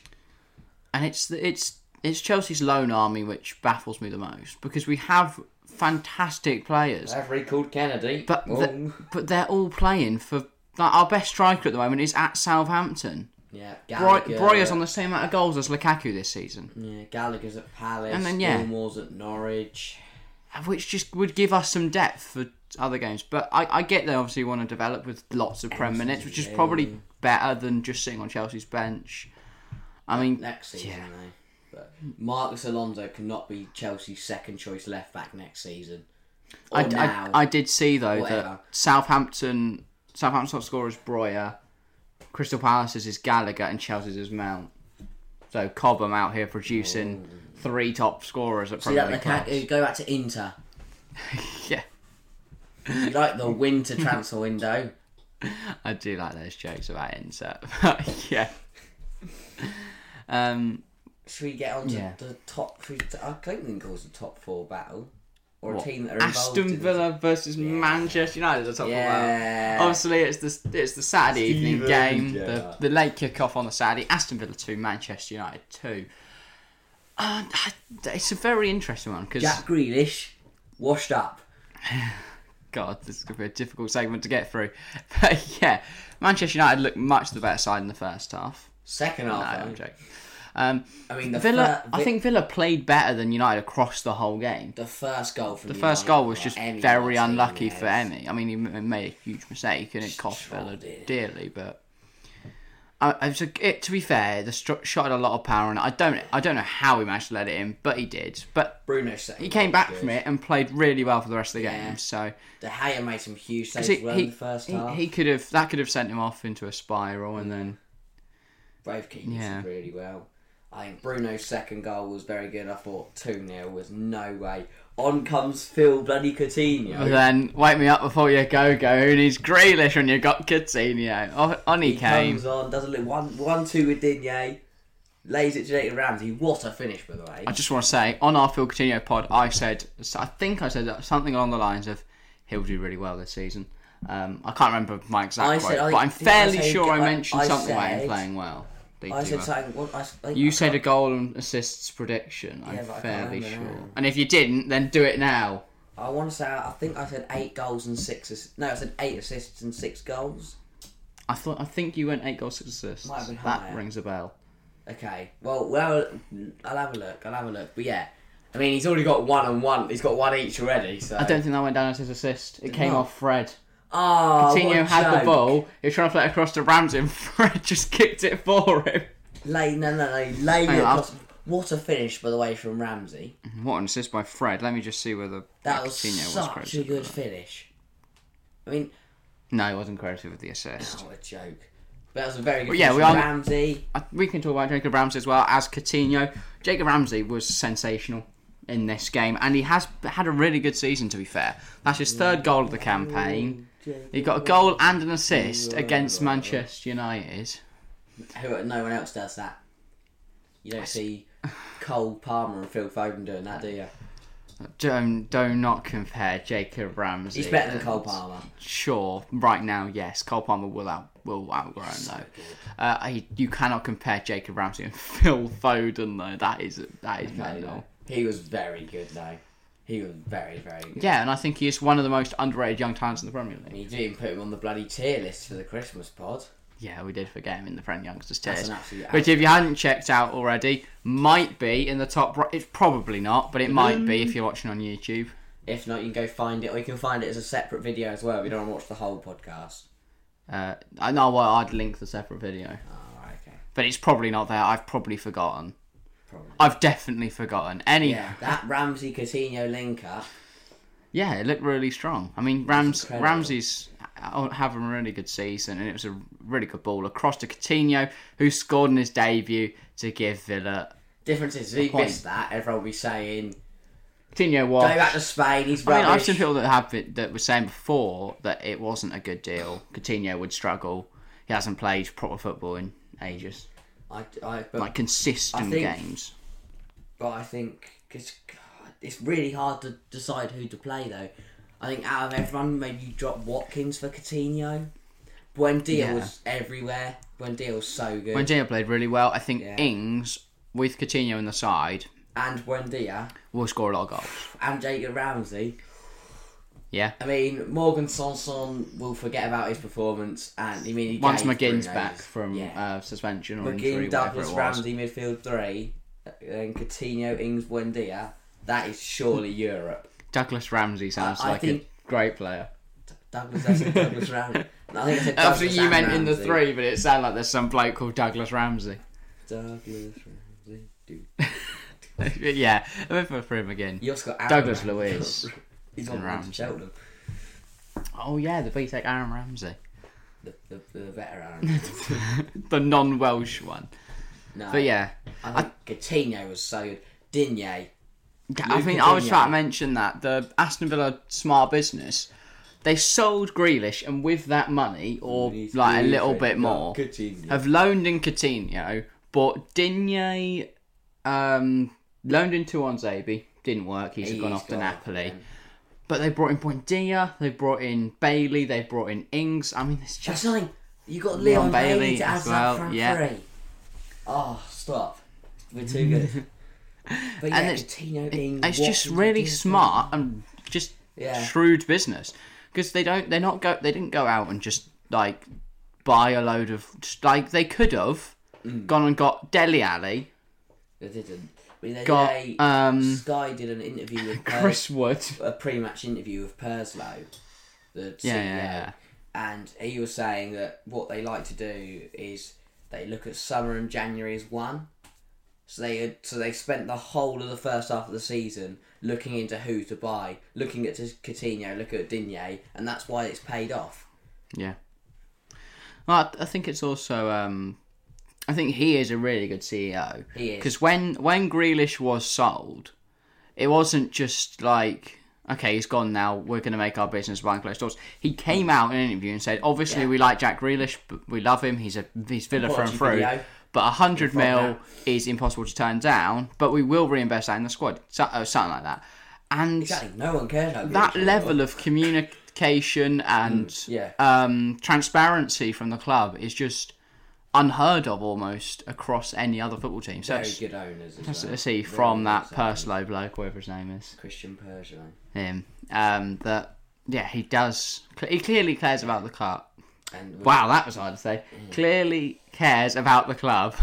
[SPEAKER 1] and it's the- it's it's Chelsea's lone army which baffles me the most because we have fantastic players,
[SPEAKER 2] They've recalled Kennedy.
[SPEAKER 1] but the,
[SPEAKER 2] Ooh.
[SPEAKER 1] but they're all playing for like our best striker at the moment is at Southampton.
[SPEAKER 2] yeah,
[SPEAKER 1] Bro-
[SPEAKER 2] Gallagher.
[SPEAKER 1] Breuer's on the same amount of goals as Lukaku this season.
[SPEAKER 2] Yeah, Gallagher's at Palace.
[SPEAKER 1] And
[SPEAKER 2] And
[SPEAKER 1] then,
[SPEAKER 2] then
[SPEAKER 1] yeah.
[SPEAKER 2] at Norwich.
[SPEAKER 1] which just would give us some depth for other games. But I, I get they obviously want to develop with lots of prem minutes, which is probably better than just sitting on Chelsea's bench. I mean,
[SPEAKER 2] next season
[SPEAKER 1] Yeah.
[SPEAKER 2] though. But Marcus Alonso cannot be Chelsea's second choice left back next season. Or
[SPEAKER 1] I,
[SPEAKER 2] now.
[SPEAKER 1] I, I did see though
[SPEAKER 2] Whatever.
[SPEAKER 1] that Southampton Southampton's top scorer is Breuer, Crystal Palace's is Gallagher, and Chelsea's is Mount. So Cobham out here producing three top scorers at
[SPEAKER 2] Oh. See
[SPEAKER 1] Premier
[SPEAKER 2] that
[SPEAKER 1] League
[SPEAKER 2] Lukaku go back to Inter.
[SPEAKER 1] clubs. Yeah,
[SPEAKER 2] You like the winter transfer window?
[SPEAKER 1] I do like those jokes about insert. But yeah. Um.
[SPEAKER 2] Should we get on to
[SPEAKER 1] Yeah.
[SPEAKER 2] the top? Three, I don't think it was the top four battle or a
[SPEAKER 1] What?
[SPEAKER 2] team that are involved.
[SPEAKER 1] Aston
[SPEAKER 2] in
[SPEAKER 1] Villa versus Manchester United at the top of the
[SPEAKER 2] Yeah.
[SPEAKER 1] world. Obviously, it's the it's the Saturday evening
[SPEAKER 2] Steven
[SPEAKER 1] game,
[SPEAKER 2] Gerrard.
[SPEAKER 1] the the late kickoff on the Saturday. Aston Villa two, Manchester United two. Uh, it's a very interesting one because
[SPEAKER 2] Jack Grealish washed up.
[SPEAKER 1] God, this is going to be a difficult segment to get through. But yeah, Manchester United looked much the better side in the first half.
[SPEAKER 2] Second half. eh?
[SPEAKER 1] No,
[SPEAKER 2] though.
[SPEAKER 1] I'm joking. Um,
[SPEAKER 2] I mean, the
[SPEAKER 1] Villa.
[SPEAKER 2] fir-
[SPEAKER 1] I
[SPEAKER 2] Vi-
[SPEAKER 1] think Villa played better than United across the whole game.
[SPEAKER 2] the first goal from the
[SPEAKER 1] First goal was just very unlucky for Emmy. I mean, he m- made a huge mistake and it cost
[SPEAKER 2] shot,
[SPEAKER 1] Villa
[SPEAKER 2] didn't it?
[SPEAKER 1] dearly. But I, I was, it, to be fair, the stro- shot had a lot of power, and I don't, I don't know how he managed to let it in, but he did. But
[SPEAKER 2] Bruno second
[SPEAKER 1] he came back from it and played really well for the rest of the
[SPEAKER 2] Yeah.
[SPEAKER 1] game. So
[SPEAKER 2] De Gea made some huge saves
[SPEAKER 1] he,
[SPEAKER 2] well
[SPEAKER 1] he-
[SPEAKER 2] in the first
[SPEAKER 1] he-
[SPEAKER 2] half.
[SPEAKER 1] he could have that could have sent him off into a spiral, and then
[SPEAKER 2] Both keepers did
[SPEAKER 1] Yeah.
[SPEAKER 2] really well. I think Bruno's second goal was very good. I thought 2 0 was no way. On comes Phil bloody
[SPEAKER 1] and
[SPEAKER 2] Coutinho.
[SPEAKER 1] then wake me up before you go go. Who needs Grealish when you got Coutinho? On, on he,
[SPEAKER 2] He
[SPEAKER 1] came.
[SPEAKER 2] comes on, does a little one, one two with Digne, lays it to Jacob Ramsey. What a finish, by the way.
[SPEAKER 1] I just want to say on our Phil Coutinho pod, I said I think I said something along the lines of he'll do really well this season. Um, I can't remember my exact
[SPEAKER 2] I
[SPEAKER 1] quote,
[SPEAKER 2] said- I
[SPEAKER 1] but I'm
[SPEAKER 2] think I
[SPEAKER 1] fairly
[SPEAKER 2] said-
[SPEAKER 1] sure I
[SPEAKER 2] I-
[SPEAKER 1] mentioned
[SPEAKER 2] I
[SPEAKER 1] something about him
[SPEAKER 2] said-
[SPEAKER 1] playing well. They
[SPEAKER 2] I
[SPEAKER 1] do
[SPEAKER 2] said
[SPEAKER 1] well.
[SPEAKER 2] something. What, I, I,
[SPEAKER 1] You said a goal and assists prediction. I'm
[SPEAKER 2] Yeah, but I can't
[SPEAKER 1] fairly sure.
[SPEAKER 2] remember now.
[SPEAKER 1] And if you didn't, then do it now.
[SPEAKER 2] I want to say I think I said eight goals and six. Ass- no, I said eight assists and six goals.
[SPEAKER 1] I thought I think you went eight goals, six assists.
[SPEAKER 2] Might have been
[SPEAKER 1] that
[SPEAKER 2] higher.
[SPEAKER 1] rings a bell.
[SPEAKER 2] Okay. Well, well, I'll have a look. I'll have a look. But yeah, I mean, he's already got one and one. He's got one each already. So
[SPEAKER 1] I don't think that went down as his assist. It came
[SPEAKER 2] not.
[SPEAKER 1] off Fred.
[SPEAKER 2] Oh, what
[SPEAKER 1] Coutinho
[SPEAKER 2] a
[SPEAKER 1] had the
[SPEAKER 2] joke.
[SPEAKER 1] ball. He was trying to play it across to Ramsey, and Fred just kicked it for him.
[SPEAKER 2] Lay, no, no, no. Lay
[SPEAKER 1] Hang
[SPEAKER 2] it
[SPEAKER 1] on.
[SPEAKER 2] across. What a finish, by the way, from Ramsey.
[SPEAKER 1] What an assist by Fred. Let me just see whether
[SPEAKER 2] That was
[SPEAKER 1] Coutinho was
[SPEAKER 2] such a
[SPEAKER 1] credited.
[SPEAKER 2] good finish. I mean,
[SPEAKER 1] No, he wasn't credited with the assist.
[SPEAKER 2] what a joke. But that was a very good.
[SPEAKER 1] Well, yeah,
[SPEAKER 2] finish
[SPEAKER 1] we
[SPEAKER 2] from
[SPEAKER 1] are-
[SPEAKER 2] Ramsey.
[SPEAKER 1] I, we can talk about Jacob Ramsey as well as Coutinho. Jacob Ramsey was sensational in this game, and he has had a really good season. To be fair, that's his
[SPEAKER 2] Mm.
[SPEAKER 1] third goal of the campaign. He got a goal and an assist
[SPEAKER 2] Mm.
[SPEAKER 1] against Manchester United.
[SPEAKER 2] Who uh, no one else does that. You don't see Cole Palmer and Phil Foden doing that, do you?
[SPEAKER 1] Don't do not compare Jacob Ramsey.
[SPEAKER 2] He's better than
[SPEAKER 1] and-
[SPEAKER 2] Cole Palmer.
[SPEAKER 1] Sure, right now, yes, Cole Palmer will out will outgrow him though. Uh, he- you cannot compare Jacob Ramsey and Phil Foden though. That is that is mental.
[SPEAKER 2] He was very good though. He was very, very good.
[SPEAKER 1] Yeah, and I think he is one of the most underrated young talents in the Premier League.
[SPEAKER 2] You didn't even put him on the bloody tier list for the Christmas pod.
[SPEAKER 1] Yeah, we did forget him in the Premier Youngsters tiers,
[SPEAKER 2] an absolute
[SPEAKER 1] which if you hadn't checked out already, might be in the top. Right. It's probably not, but it might be if you're watching on YouTube.
[SPEAKER 2] If not, you can go find it, or you can find it as a separate video as well. If you don't want to watch the whole podcast.
[SPEAKER 1] Uh, I know well, I'd link the separate video,
[SPEAKER 2] Oh, right, okay,
[SPEAKER 1] but it's probably not there. I've probably forgotten.
[SPEAKER 2] probably.
[SPEAKER 1] I've definitely forgotten. Any
[SPEAKER 2] Yeah, that Ramsey Coutinho link up.
[SPEAKER 1] Yeah, it looked really strong. I mean, Rams
[SPEAKER 2] incredible.
[SPEAKER 1] Ramsey's uh, having a really good season, and it was a really good ball across to Coutinho, who scored in his debut to give Villa.
[SPEAKER 2] Difference is, if he
[SPEAKER 1] point.
[SPEAKER 2] missed that, everyone will be saying,
[SPEAKER 1] Coutinho
[SPEAKER 2] go
[SPEAKER 1] was.
[SPEAKER 2] back to Spain, he's
[SPEAKER 1] I mean,
[SPEAKER 2] rubbish.
[SPEAKER 1] I've seen people that have been, that were saying before that it wasn't a good deal. Coutinho would struggle. He hasn't played proper football in ages,
[SPEAKER 2] I, I, but,
[SPEAKER 1] like consistent
[SPEAKER 2] I think-
[SPEAKER 1] games.
[SPEAKER 2] but I think it's, God, it's really hard to decide who to play, though. I think out of everyone, maybe you drop Watkins for Coutinho. Buendia
[SPEAKER 1] Yeah.
[SPEAKER 2] was everywhere. Buendia was so good.
[SPEAKER 1] When Gio played really well, I think
[SPEAKER 2] Yeah.
[SPEAKER 1] Ings with Coutinho in the side
[SPEAKER 2] and Buendia
[SPEAKER 1] will score a lot of goals.
[SPEAKER 2] and Jacob Ramsey.
[SPEAKER 1] Yeah.
[SPEAKER 2] I mean, Morgan Sanson will forget about his performance, and I mean, he
[SPEAKER 1] Once
[SPEAKER 2] gave
[SPEAKER 1] McGinn's
[SPEAKER 2] Bruno
[SPEAKER 1] back
[SPEAKER 2] his-
[SPEAKER 1] from
[SPEAKER 2] yeah.
[SPEAKER 1] uh, suspension or injury,
[SPEAKER 2] McGinn,
[SPEAKER 1] whatever it
[SPEAKER 2] Douglas,
[SPEAKER 1] was.
[SPEAKER 2] Ramsey, midfield three, then Coutinho, Ings, Buendia. That is surely Europe.
[SPEAKER 1] Douglas Ramsey sounds
[SPEAKER 2] I- I
[SPEAKER 1] like
[SPEAKER 2] think-
[SPEAKER 1] a great player.
[SPEAKER 2] Douglas, I said Douglas Ramsey. No, I think I said Douglas
[SPEAKER 1] That's what you
[SPEAKER 2] and
[SPEAKER 1] meant in the
[SPEAKER 2] Ramsey.
[SPEAKER 1] three, but it sounded like there's some bloke called Douglas Ramsey.
[SPEAKER 2] Douglas Ramsey. Dude.
[SPEAKER 1] yeah, I went for him again.
[SPEAKER 2] You also got
[SPEAKER 1] Douglas
[SPEAKER 2] Aaron
[SPEAKER 1] Luiz.
[SPEAKER 2] Ramsey. He's on
[SPEAKER 1] Ramsey.
[SPEAKER 2] Ramsey. Cheltenham.
[SPEAKER 1] Oh yeah, the VTech Aaron Ramsey,
[SPEAKER 2] The, the, the better Aaron. Ramsey.
[SPEAKER 1] the non-Welsh one.
[SPEAKER 2] No,
[SPEAKER 1] But yeah,
[SPEAKER 2] I think Coutinho was so good. Digne.
[SPEAKER 1] I
[SPEAKER 2] Luke
[SPEAKER 1] mean, I was
[SPEAKER 2] Digne.
[SPEAKER 1] trying to mention that the Aston Villa smart business. They sold Grealish, and with that money, or like a little bit more,
[SPEAKER 2] Coutinho.
[SPEAKER 1] have loaned in Coutinho, bought Digne, um, loaned in to Onzabi. Didn't work. He's
[SPEAKER 2] He's
[SPEAKER 1] gone off to
[SPEAKER 2] gone off,
[SPEAKER 1] Napoli.
[SPEAKER 2] yeah.
[SPEAKER 1] But they brought in Buendia, they brought in Bailey, they brought in Ings. I mean, it's
[SPEAKER 2] That's
[SPEAKER 1] just
[SPEAKER 2] nothing. You got Leon,
[SPEAKER 1] Bailey
[SPEAKER 2] Bailey, to
[SPEAKER 1] as
[SPEAKER 2] add to
[SPEAKER 1] well,
[SPEAKER 2] that front
[SPEAKER 1] yeah.
[SPEAKER 2] three. Oh, stop. We're too good. but yeah,
[SPEAKER 1] And
[SPEAKER 2] and
[SPEAKER 1] it's-
[SPEAKER 2] Coutinho being
[SPEAKER 1] it's
[SPEAKER 2] what
[SPEAKER 1] just
[SPEAKER 2] he
[SPEAKER 1] really
[SPEAKER 2] did.
[SPEAKER 1] smart and just
[SPEAKER 2] Yeah.
[SPEAKER 1] shrewd business because they don't they're not go they didn't go out and just like
[SPEAKER 2] Mm.
[SPEAKER 1] buy a load of like they could have gone and got Deli Alley
[SPEAKER 2] They didn't. But the other
[SPEAKER 1] Got,
[SPEAKER 2] day,
[SPEAKER 1] um,
[SPEAKER 2] Sky did an interview with Pers-
[SPEAKER 1] Chris Wood.
[SPEAKER 2] a pre-match interview with Perslow, the CEO,
[SPEAKER 1] Yeah, yeah, yeah.
[SPEAKER 2] and he was saying that what they like to do is they look at summer and January as one. So they had, so they spent the whole of the first half of the season looking into who to buy, looking at Coutinho, looking at Digne, and that's why it's paid off.
[SPEAKER 1] Yeah. Well, I I think it's also. Um, I think he is a really good CEO.
[SPEAKER 2] He is.
[SPEAKER 1] Because when when Grealish was sold, it wasn't just like okay, he's gone now. We're going to make our business behind closed doors. He came out in an interview and said, obviously
[SPEAKER 2] Yeah.
[SPEAKER 1] we like Jack Grealish, but we love him. He's a he's Villa through and
[SPEAKER 2] Watching
[SPEAKER 1] through.
[SPEAKER 2] video.
[SPEAKER 1] But a hundred
[SPEAKER 2] From that.
[SPEAKER 1] mil is impossible to turn down. But we will reinvest that in the squad, so, uh, something like that. And
[SPEAKER 2] Exactly, no one cares about
[SPEAKER 1] that
[SPEAKER 2] Grealish.
[SPEAKER 1] level of communication and
[SPEAKER 2] yeah.
[SPEAKER 1] um, transparency from the club is just unheard of almost across any other football team. So
[SPEAKER 2] Very
[SPEAKER 1] it's,
[SPEAKER 2] good owners. As
[SPEAKER 1] it's
[SPEAKER 2] well.
[SPEAKER 1] to see
[SPEAKER 2] Really
[SPEAKER 1] from
[SPEAKER 2] good
[SPEAKER 1] that
[SPEAKER 2] owners.
[SPEAKER 1] Perslow bloke, whatever his name is,
[SPEAKER 2] Christian Persian.
[SPEAKER 1] him, um, that yeah, he does. cl- He clearly cares about the club.
[SPEAKER 2] And
[SPEAKER 1] Wow, that was hard to say. Clearly cares about the club.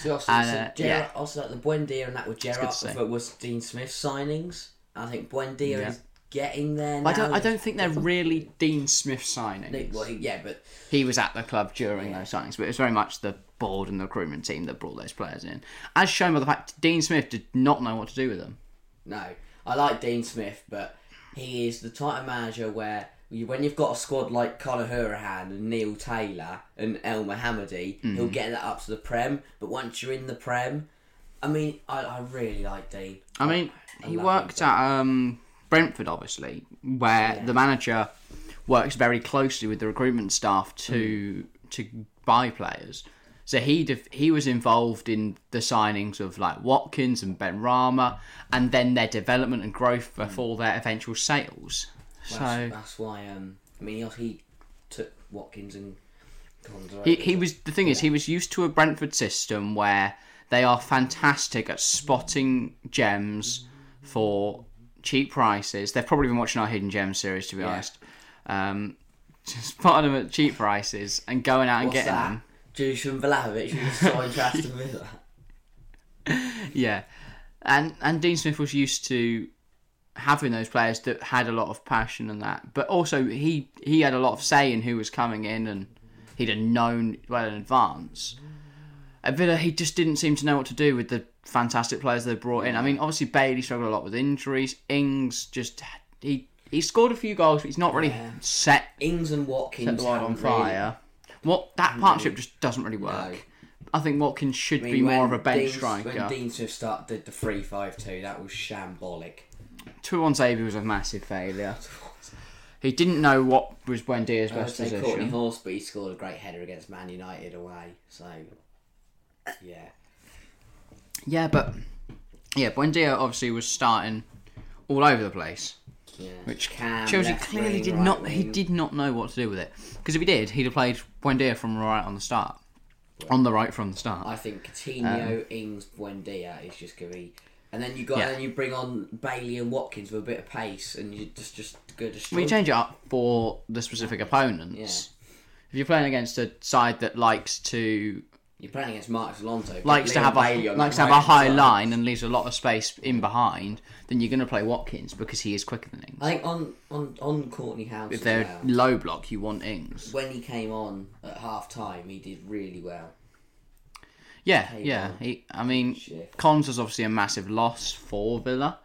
[SPEAKER 2] See, also,
[SPEAKER 1] And,
[SPEAKER 2] so
[SPEAKER 1] uh,
[SPEAKER 2] Gerrard,
[SPEAKER 1] yeah.
[SPEAKER 2] also like the Buendia and that with
[SPEAKER 1] good
[SPEAKER 2] Gerrard,
[SPEAKER 1] to see.
[SPEAKER 2] but was Dean Smith signings. I think Buendia
[SPEAKER 1] Yeah.
[SPEAKER 2] is getting there now.
[SPEAKER 1] I don't. I don't think they're really Dean Smith signings.
[SPEAKER 2] Well, yeah, but
[SPEAKER 1] he was at the club during those signings, but it was very much the board and the recruitment team that brought those players in. As shown by the fact Dean Smith did not know what to do with them.
[SPEAKER 2] no, I like Dean Smith, but he is the type of manager where you, when you've got a squad like Conor Hurahan and Neil Taylor and El Mohammadi,
[SPEAKER 1] Mm-hmm.
[SPEAKER 2] he'll get that up to the Prem. But once you're in the Prem, I mean, I, I really like Dean.
[SPEAKER 1] I mean, he
[SPEAKER 2] love
[SPEAKER 1] worked at um, Brentford, obviously, where the manager works very closely with the recruitment staff to to buy players. So he def- he was involved in the signings of like Watkins and Ben Rama, and then their development and growth before their eventual sales.
[SPEAKER 2] that's,
[SPEAKER 1] So
[SPEAKER 2] that's why. Um, I mean, he, he took Watkins and. Kondorac-
[SPEAKER 1] He, he was the thing is he was used to a Brentford system where they are fantastic at spotting gems for cheap prices. They've probably been watching our hidden gems series to be honest. Um, just spotting them at cheap prices and going out and
[SPEAKER 2] What's
[SPEAKER 1] getting
[SPEAKER 2] that? Dusan Vlahovic, who was signed to Aston Villa.
[SPEAKER 1] them. Yeah, and and Dean Smith was used to having those players that had a lot of passion and that, but also he he had a lot of say in who was coming in and he'd have known well in advance. At Villa, he just didn't seem to know what to do with the fantastic players they brought in. I mean, obviously Bailey struggled a lot with injuries. Ings just he he scored a few goals, but he's not really set
[SPEAKER 2] Ings and Watkins
[SPEAKER 1] the world on
[SPEAKER 2] haven't
[SPEAKER 1] fire. What that partnership just doesn't really work.
[SPEAKER 2] No.
[SPEAKER 1] I think Watkins should
[SPEAKER 2] really-
[SPEAKER 1] be
[SPEAKER 2] when
[SPEAKER 1] more of a bench
[SPEAKER 2] Dean- When
[SPEAKER 1] striker.
[SPEAKER 2] Dean Smith start did the three five two, that was shambolic.
[SPEAKER 1] Two on Xavier was a massive failure. He didn't know what was Buendia's
[SPEAKER 2] I would
[SPEAKER 1] best
[SPEAKER 2] say Courtney
[SPEAKER 1] position.
[SPEAKER 2] Horse, but he scored a great header against Man United away. So, yeah,
[SPEAKER 1] Yeah, but yeah, Buendia obviously was starting all over the place.
[SPEAKER 2] yeah.
[SPEAKER 1] Which
[SPEAKER 2] Cam
[SPEAKER 1] Chelsea
[SPEAKER 2] left
[SPEAKER 1] clearly
[SPEAKER 2] wing,
[SPEAKER 1] did
[SPEAKER 2] right
[SPEAKER 1] not. He
[SPEAKER 2] wing.
[SPEAKER 1] did not know what to do with it because if he did, he'd have played Buendia from right on the start, on the right from the start.
[SPEAKER 2] I think Coutinho, Ings, Buendia is just gonna be. And then you got,
[SPEAKER 1] Um, Yeah.
[SPEAKER 2] and then you bring on Bailey and Watkins with a bit of pace, and you just just go destroy.
[SPEAKER 1] We change it up for the specific opponents. If you're playing against a side that likes to
[SPEAKER 2] You're playing against Marcus Alonso. but
[SPEAKER 1] likes to
[SPEAKER 2] Leon
[SPEAKER 1] have
[SPEAKER 2] Bailey
[SPEAKER 1] a
[SPEAKER 2] on
[SPEAKER 1] likes
[SPEAKER 2] the
[SPEAKER 1] to have a
[SPEAKER 2] right
[SPEAKER 1] high
[SPEAKER 2] side.
[SPEAKER 1] line and leaves a lot of space in behind, then you're going to play Watkins because he is quicker than Ings.
[SPEAKER 2] I think on on on Courtney House
[SPEAKER 1] If
[SPEAKER 2] as
[SPEAKER 1] they're
[SPEAKER 2] well,
[SPEAKER 1] low block, you want Ings.
[SPEAKER 2] when he came on at half time, he did really well.
[SPEAKER 1] Yeah, yeah. He, I mean,
[SPEAKER 2] Shit.
[SPEAKER 1] Cons was obviously a massive loss for Villa,